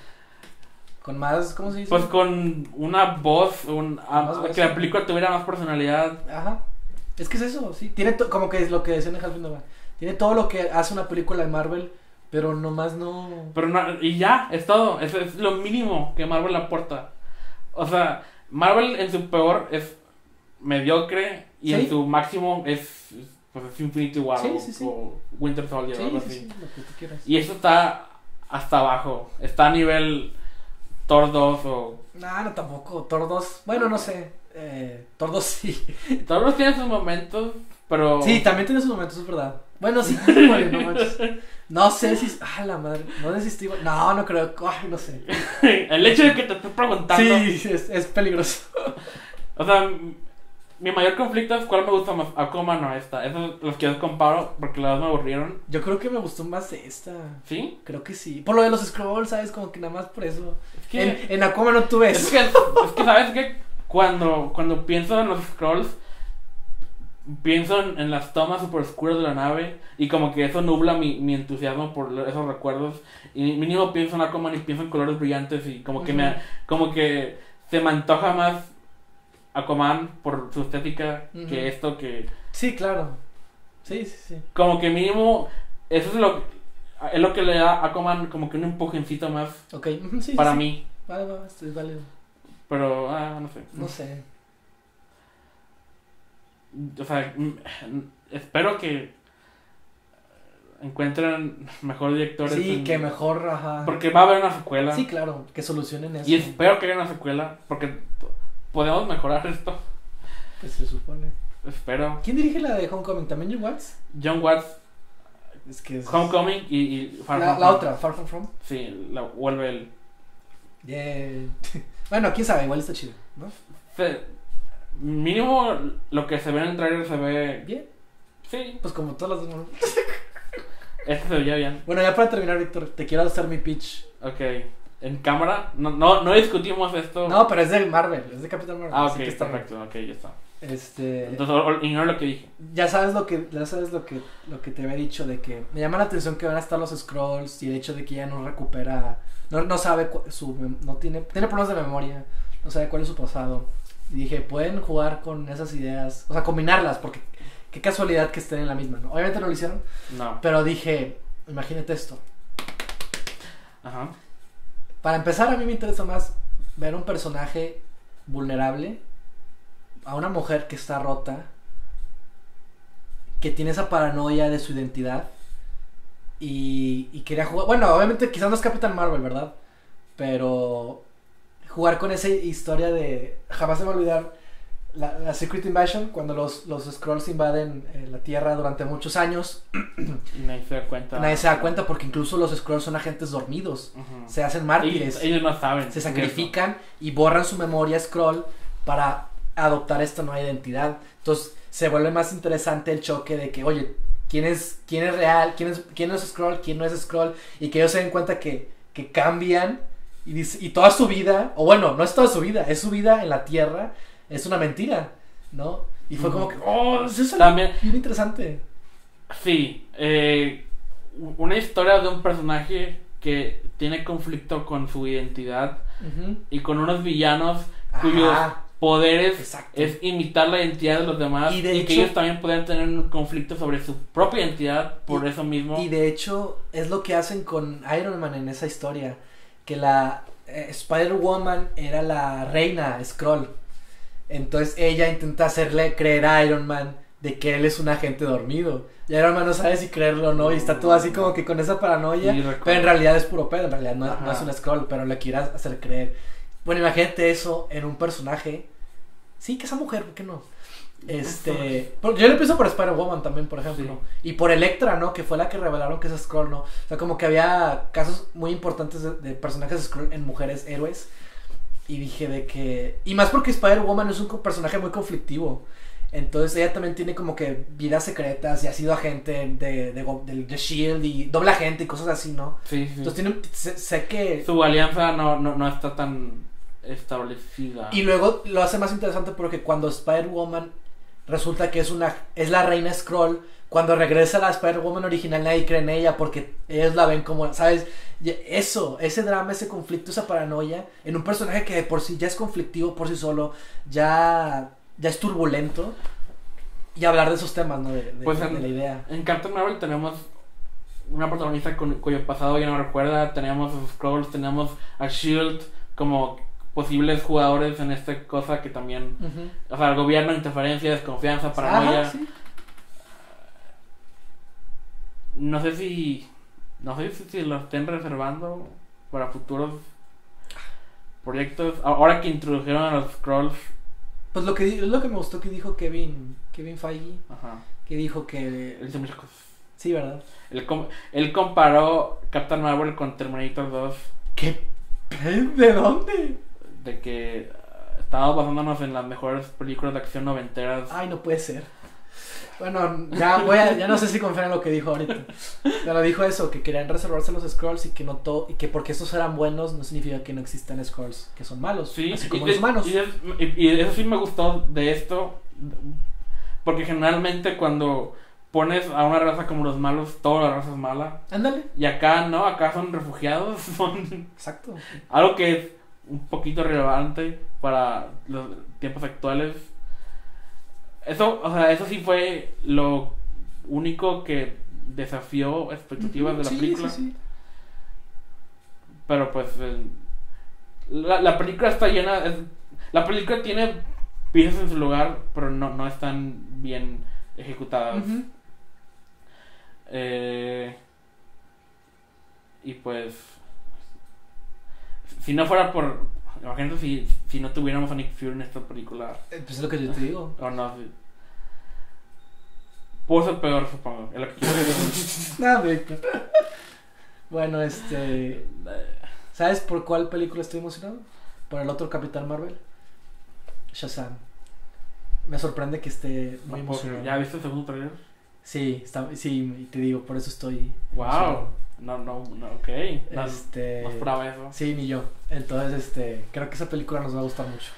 S2: Con más, ¿cómo se dice?
S1: Pues con una voz, un, a-
S2: Más voz,
S1: que la
S2: sí.
S1: película tuviera más personalidad.
S2: Ajá. Es que es eso, sí. Tiene to- como que es lo que decían en Half-Life Nova. Tiene todo lo que hace una película de Marvel, pero nomás no.
S1: Pero no- y ya, es todo. Es, es lo mínimo que Marvel aporta. O sea, Marvel en su peor es mediocre y
S2: Sí.
S1: en su máximo es, pues, es Infinity War
S2: Sí,
S1: o,
S2: sí, sí.
S1: o Winter Soldier o
S2: Sí,
S1: algo
S2: sí,
S1: así.
S2: sí, lo que tú quieras.
S1: Y eso está hasta abajo. Está a nivel Thor 2 o...
S2: No, no tampoco. Thor 2. Bueno, no sé. Eh, Thor 2 sí.
S1: Thor 2 tiene sus momentos, pero...
S2: Sí, también tiene sus momentos, es verdad. Bueno, sí, igual, no manches. No sé si. Ah, la madre. No sé si estoy- No, no creo. Ay, no sé.
S1: El hecho de que te estés preguntando...
S2: Sí, es, es peligroso.
S1: O sea, m- mi mayor conflicto es cuál me gusta más. Aquaman o esta. Esos los que yo comparo porque las dos me aburrieron.
S2: Yo creo que me gustó más esta.
S1: ¿Sí?
S2: Creo que sí. Por lo de los scrolls, ¿sabes? Como que nada más por eso.
S1: Es que...
S2: En, en Akuma no tuve
S1: Es
S2: eso.
S1: que, es que, ¿sabes qué? Cuando, cuando pienso en los scrolls, pienso en, en las tomas super oscuras de la nave y como que eso nubla mi, mi entusiasmo por lo- esos recuerdos. Y mínimo pienso en Aquaman y pienso en colores brillantes y como que me
S2: Ujú.
S1: como que se me antoja más Aquaman por su estética
S2: Ujú.
S1: que esto que
S2: Sí, claro. Sí, sí, sí.
S1: como que mínimo eso es lo es lo que le da a Aquaman como que un empujencito más
S2: Ok. ujú, sí,
S1: para
S2: sí.
S1: mí,
S2: Vale, vale, esto es válido.
S1: pero ah, no sé.
S2: No sé.
S1: O sea, mm, espero que encuentren mejor directores.
S2: Sí,
S1: en-
S2: que mejor, ajá.
S1: Porque va a haber una secuela.
S2: Sí, claro. Que solucionen eso.
S1: y espero que haya una secuela. Porque p- podemos mejorar esto.
S2: Pues se supone.
S1: Espero.
S2: ¿Quién dirige la de Homecoming? ¿También John Watts?
S1: John Watts,
S2: Es que es...
S1: Homecoming y, y Far
S2: La,
S1: From
S2: la
S1: Home.
S2: otra, Far From From.
S1: Sí, la vuelve el.
S2: Yeah. bueno, quién sabe, igual está chido, ¿no?
S1: se- mínimo lo que se ve en el trailer se ve.
S2: Bien,
S1: Sí,
S2: pues como todas las demás.
S1: este se veía bien.
S2: Bueno, ya para terminar, Víctor, te quiero hacer mi pitch.
S1: Ok. En cámara, no, no, no discutimos esto.
S2: No, pero es de Marvel, es de Capitán Marvel.
S1: Ah,
S2: así
S1: ok,
S2: que
S1: está
S2: está bien.
S1: perfecto. Ok, ya está.
S2: Este,
S1: Entonces, o- o- ignoro lo que dije.
S2: ya sabes lo que ya sabes lo que lo que te había dicho de que me llama la atención que van a estar los scrolls y el hecho de que ya no recupera, no, no sabe cu- su mem- no tiene tiene problemas de memoria, no sabe cuál es su pasado. Y dije, pueden jugar con esas ideas, o sea, combinarlas porque qué casualidad que estén en la misma, ¿no? Obviamente no lo hicieron,
S1: No.
S2: Pero dije, imagínate esto.
S1: Ajá.
S2: Para empezar, a mí me interesa más ver un personaje vulnerable, a una mujer que está rota, que tiene esa paranoia de su identidad y, y quería jugar. Bueno, obviamente quizás no es Capitán Marvel, ¿verdad? Pero jugar con esa historia de. Jamás se me va a olvidar la, la Secret Invasion, cuando los, los Scrolls invaden eh, la Tierra durante muchos años.
S1: Y nadie se da cuenta.
S2: Nadie se da cuenta porque incluso los Scrolls son agentes dormidos
S1: Ujú.
S2: se hacen
S1: ellos,
S2: mártires,
S1: ellos no saben.
S2: se sacrifican y borran su memoria scroll para adoptar esta nueva identidad. Entonces se vuelve más interesante el choque de que, oye, ¿quién es, quién es real? ¿Quién, es, ¿Quién no es scroll? ¿Quién no es scroll? Y que ellos se den cuenta que, que cambian y, dice- y toda su vida, o bueno, no es toda su vida, es su vida en la Tierra, es una mentira, ¿no? Y fue como que, oh, eso es algo
S1: También-
S2: bien interesante.
S1: Sí. eh, u- una historia de un personaje que tiene conflicto con su identidad
S2: Ujú.
S1: y con unos villanos
S2: Ajá,
S1: cuyos poderes
S2: exacto.
S1: es imitar la identidad de los demás
S2: Y de
S1: que
S2: hecho-
S1: ellos también pueden tener un conflicto sobre su propia identidad por eso mismo.
S2: Y de hecho, es lo que hacen con Iron Man en esa historia. Que la eh, Spider-Woman era la reina Scroll. Entonces ella intenta hacerle creer a Iron Man de que él es un agente dormido. Y Iron Man no sabe si creerlo o no. Y está todo así como que con esa paranoia.
S1: Y recuerda-
S2: Pero en realidad es puro pedo, en realidad no, es- no es
S1: Ajá.
S2: un scroll, pero le quieras hacer creer. Bueno, imagínate eso en un personaje. Sí, que esa mujer, ¿por qué no? Este. por- Yo le pienso por Spider-Woman también, por ejemplo. Y por Electra, ¿no? Que fue la que revelaron que es scroll, ¿no? O sea, como que había casos muy importantes de, de personajes scroll en mujeres héroes. Y dije de que. Y más porque Spider-Woman es un co- personaje muy conflictivo. Entonces ella también tiene como que vidas secretas y ha sido agente de, de, go- del- de Shield E y doble agente y cosas así, ¿no?
S1: Sí, sí.
S2: Entonces tiene, sé, sé que...
S1: Su alianza no, no, no está tan establecida.
S2: Y luego lo hace más interesante porque cuando Spider-Woman resulta que es una es la reina Scroll. Cuando regresa la Spider-Woman original nadie cree en ella porque ellos la ven como, ¿sabes? Y Eso, ese drama, ese conflicto, esa paranoia en un personaje que de por sí ya es conflictivo por sí solo, ya, ya es turbulento. Y hablar de esos temas, ¿no? De, de-
S1: Pues
S2: de
S1: en-
S2: la idea.
S1: En Captain Marvel tenemos una protagonista con- cuyo pasado ya no recuerda, tenemos a Scrolls, tenemos a Shield E como posibles jugadores en esta cosa que también,
S2: Ujú.
S1: o sea, gobierno, interferencia, desconfianza, paranoia.
S2: Ajá, sí.
S1: No sé si. No sé si, si lo estén reservando para futuros proyectos. A- Ahora que introdujeron a los Scrolls.
S2: Pues lo que, di- lo que me gustó que dijo Kevin, Kevin Feige,
S1: Ajá.
S2: que dijo que...
S1: Él hizo muchas cosas.
S2: Sí, ¿verdad?
S1: Él, com- él comparó Captain Marvel con Terminator 2.
S2: ¿Qué? ¿De dónde?
S1: De que ah, estábamos basándonos en las mejores películas de acción noventeras.
S2: Ay, no puede ser. Bueno, ya, voy a- ya no sé si confiar en lo que dijo ahorita. Pero dijo eso, que querían reservarse los scrolls y que no to- y que porque estos eran buenos no significa que no existan scrolls que son malos,
S1: Sí,
S2: así
S1: y,
S2: como
S1: de-
S2: los humanos.
S1: Y, es- y- y eso sí me gustó de esto. Porque generalmente cuando pones a una raza como los malos, toda la raza es mala.
S2: Ándale,
S1: Y acá no, acá son refugiados, son
S2: exacto.
S1: algo que es un poquito relevante para los tiempos actuales. Eso, o sea, eso sí fue lo único que desafió expectativas de la
S2: Sí,
S1: película.
S2: sí, sí.
S1: Pero pues eh, la, la película está llena, es- la película tiene piezas en su lugar, pero no, no están bien ejecutadas.
S2: Ujú.
S1: Eh, y pues. Si no fuera por. Imagínate si, si no tuviéramos a Nick Fury en esta película.
S2: Eh, Pues es lo que yo te digo.
S1: O no. si- Pudo ser peor, supongo. Es lo que quiero decir.
S2: Nada, güey. pues. Bueno, este, ¿sabes por cuál película estoy emocionado? Por el otro Capitán Marvel. Shazam. Me sorprende que esté muy
S1: No puedo creer.
S2: emocionado.
S1: ¿Ya viste el segundo trailer?
S2: Sí, está, sí, y te digo, por eso estoy.
S1: ¡Wow!
S2: emocionado.
S1: No, no, no, ok. No,
S2: Este.
S1: no esperaba eso.
S2: Sí, ni yo. Entonces, este, creo que esa película nos va a gustar mucho.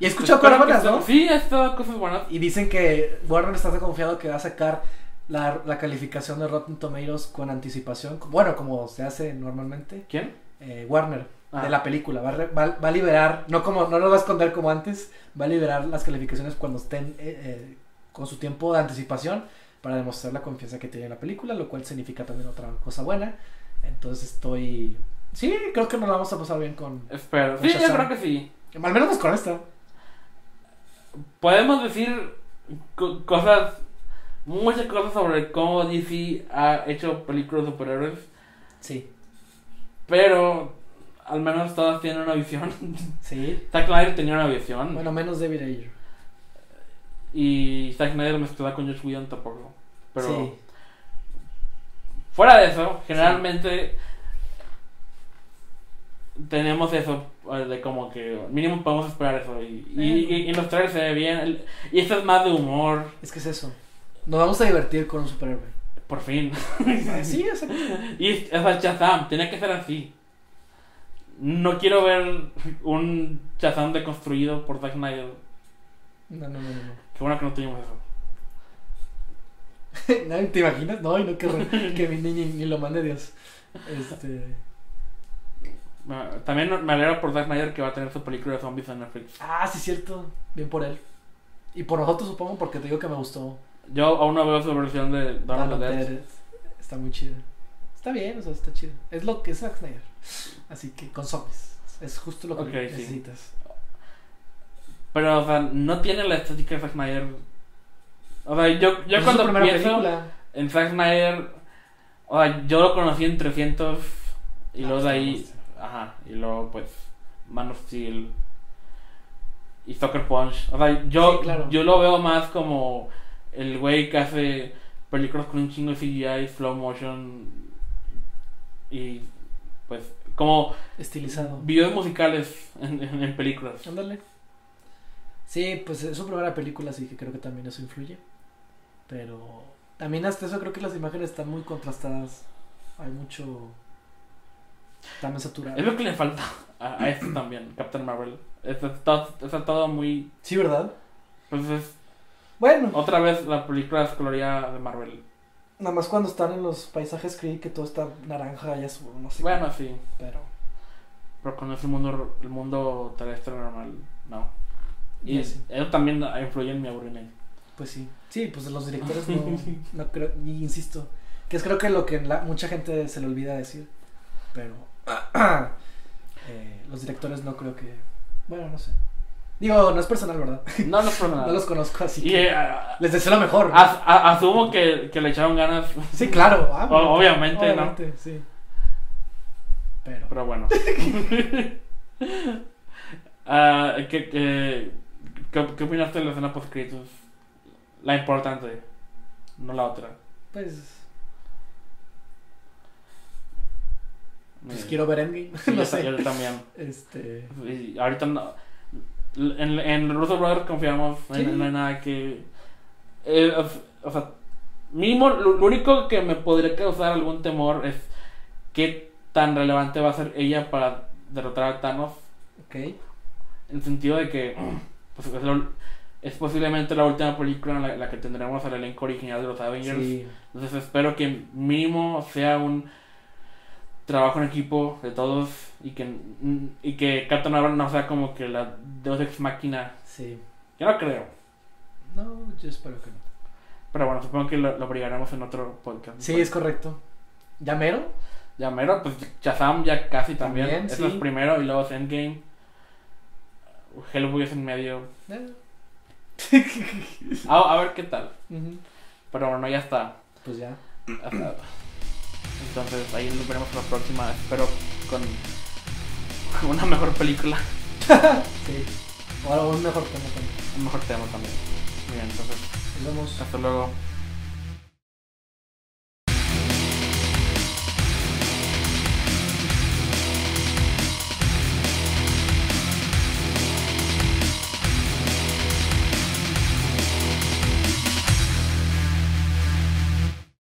S2: Y he
S1: Pues
S2: escuchado
S1: espero
S2: cosas
S1: que
S2: buenas,
S1: sea-
S2: ¿no?
S1: Sí, he estado cosas buenas.
S2: Y dicen que Warner está confiado que va a sacar la, la calificación de Rotten Tomatoes con anticipación. Bueno, como se hace normalmente.
S1: ¿Quién?
S2: Eh, Warner,
S1: Ah,
S2: de la película, va a, re- va, va a liberar, no como no lo va a esconder como antes, va a liberar las calificaciones cuando estén eh, eh, con su tiempo de anticipación para demostrar la confianza que tiene en la película, lo cual significa también otra cosa buena. Entonces estoy... Sí, creo que nos la vamos a pasar bien con...
S1: Ah, Espero. Sí,
S2: Muchas
S1: yo
S2: son.
S1: creo que sí.
S2: Al menos con esta.
S1: podemos decir co- cosas, muchas cosas sobre cómo DC ha hecho películas de superhéroes,
S2: Sí,
S1: pero al menos todas tienen una visión.
S2: sí.
S1: Zack Snyder tenía una visión
S2: Bueno, menos David Ayer.
S1: y Zack Snyder mezclada con Josh Whedon tampoco. Pero
S2: Sí.
S1: fuera de eso, generalmente tenemos eso eh, de como que mínimo podemos esperar eso y, y- y- y los trailers se ve bien el- y esto es más de humor
S2: Es que es eso. Nos vamos a divertir con un superhéroe.
S1: por fin
S2: Sí, exacto.
S1: Y o sea, Shazam, tenía que ser así. No quiero ver un Shazam deconstruido por Zack Snyder.
S2: No, no, no, no. no.
S1: Qué bueno que no tuvimos eso.
S2: Nadie te imaginas. No, y no que, que ni, ni, ni lo mande Dios. Este.
S1: Me- También me alegra por Zack Snyder que va a tener su película de zombies en Netflix.
S2: Ah, sí, cierto. Bien por él. Y por nosotros, supongo, porque te digo que me gustó.
S1: Yo aún no veo su versión de Dawn of
S2: Dawn
S1: the
S2: of
S1: Dead.
S2: Dead. Está muy chido. Está bien, o sea, está chido. Es lo que es Zack Snyder. Así que con zombies. Es justo lo que
S1: Ok, sí.
S2: necesitas.
S1: Pero, o sea, no tiene la estética de Zack Snyder. O sea, yo, yo
S2: Pues es su
S1: cuando
S2: primera
S1: pienso
S2: película.
S1: en Zack Snyder, o sea, yo lo conocí en 300 y
S2: Ah,
S1: luego de ahí Ajá, y luego pues Man of Steel y Soccer Punch. O sea, yo,
S2: Sí, claro.
S1: yo lo veo más como el güey que hace películas con un chingo de CGI, slow motion y pues como
S2: Estilizado.
S1: videos musicales en, en- en películas.
S2: Ándale. Sí, pues es su primera película, así que creo que también eso influye. Pero también hasta eso creo que las imágenes están muy contrastadas. Hay mucho... También saturado.
S1: Es lo que le falta a, a esto también, Captain Marvel. Está, está- está todo muy...
S2: Sí, ¿verdad?
S1: Pues es
S2: Bueno,
S1: Otra vez la película descoloría de Marvel.
S2: nada más cuando están en los paisajes creí que todo está naranja y azul, no sé.
S1: Bueno, sí.
S2: qué, pero
S1: Pero cuando es el mundo, el mundo terrestre normal, no. Y
S2: Ya sé.
S1: eso también influye en mi aburrimiento.
S2: pues sí. Sí, pues los directores no, no creo, y insisto, que es creo que lo que la- mucha gente se le olvida decir, pero eh, los directores no creo que, bueno, no sé. Digo, no es personal, ¿verdad?
S1: No, no es por nada.
S2: No los conozco, así
S1: Ah. Y
S2: que
S1: eh, ah, a-
S2: les deseo lo mejor.
S1: a- asumo que, que le echaron ganas,
S2: Sí, claro. ah,
S1: O- obviamente, ¿no?
S2: Obviamente, sí. Pero.
S1: pero bueno. Ah, ¿qué, qué, qué, qué opinaste de la escena post La importante, no la otra.
S2: Pues, pues
S1: Eh,
S2: quiero ver Endgame.
S1: sí,
S2: no
S1: yo, ta-
S2: sé.
S1: yo también.
S2: Este.
S1: Y ahorita no- En, en Russo Brothers confiamos, no hay-
S2: Sí.
S1: no hay nada que. eh, o, o sea, mínimo, lo, lo único que me podría causar algún temor es qué tan relevante va a ser ella para derrotar a Thanos.
S2: Ok.
S1: En el sentido de que pues, es, la- es posiblemente la última película en la, la que tendremos al elenco original de los Avengers.
S2: Sí.
S1: Entonces espero que mínimo sea un trabajo en equipo de todos y que y que Captain Marvel no sea como que la Deus Ex Máquina.
S2: Sí.
S1: Yo no creo.
S2: No, yo espero que no.
S1: Pero bueno, supongo que lo, lo brigaremos en otro podcast.
S2: Sí, es correcto. ¿Ya mero?
S1: Ya mero, pues Shazam ya casi también.
S2: También,
S1: Eso
S2: sí.
S1: es primero y luego es Endgame. Hellboy es en medio. Ah,
S2: Eh,
S1: A, a ver qué tal.
S2: ujú.
S1: Pero bueno, ya está.
S2: Pues ya.
S1: Hasta- Entonces ahí nos veremos la próxima. Espero con con una mejor película.
S2: Sí. Ahora un mejor tema también.
S1: un mejor tema también. Bien, entonces,
S2: Nos vemos.
S1: hasta luego.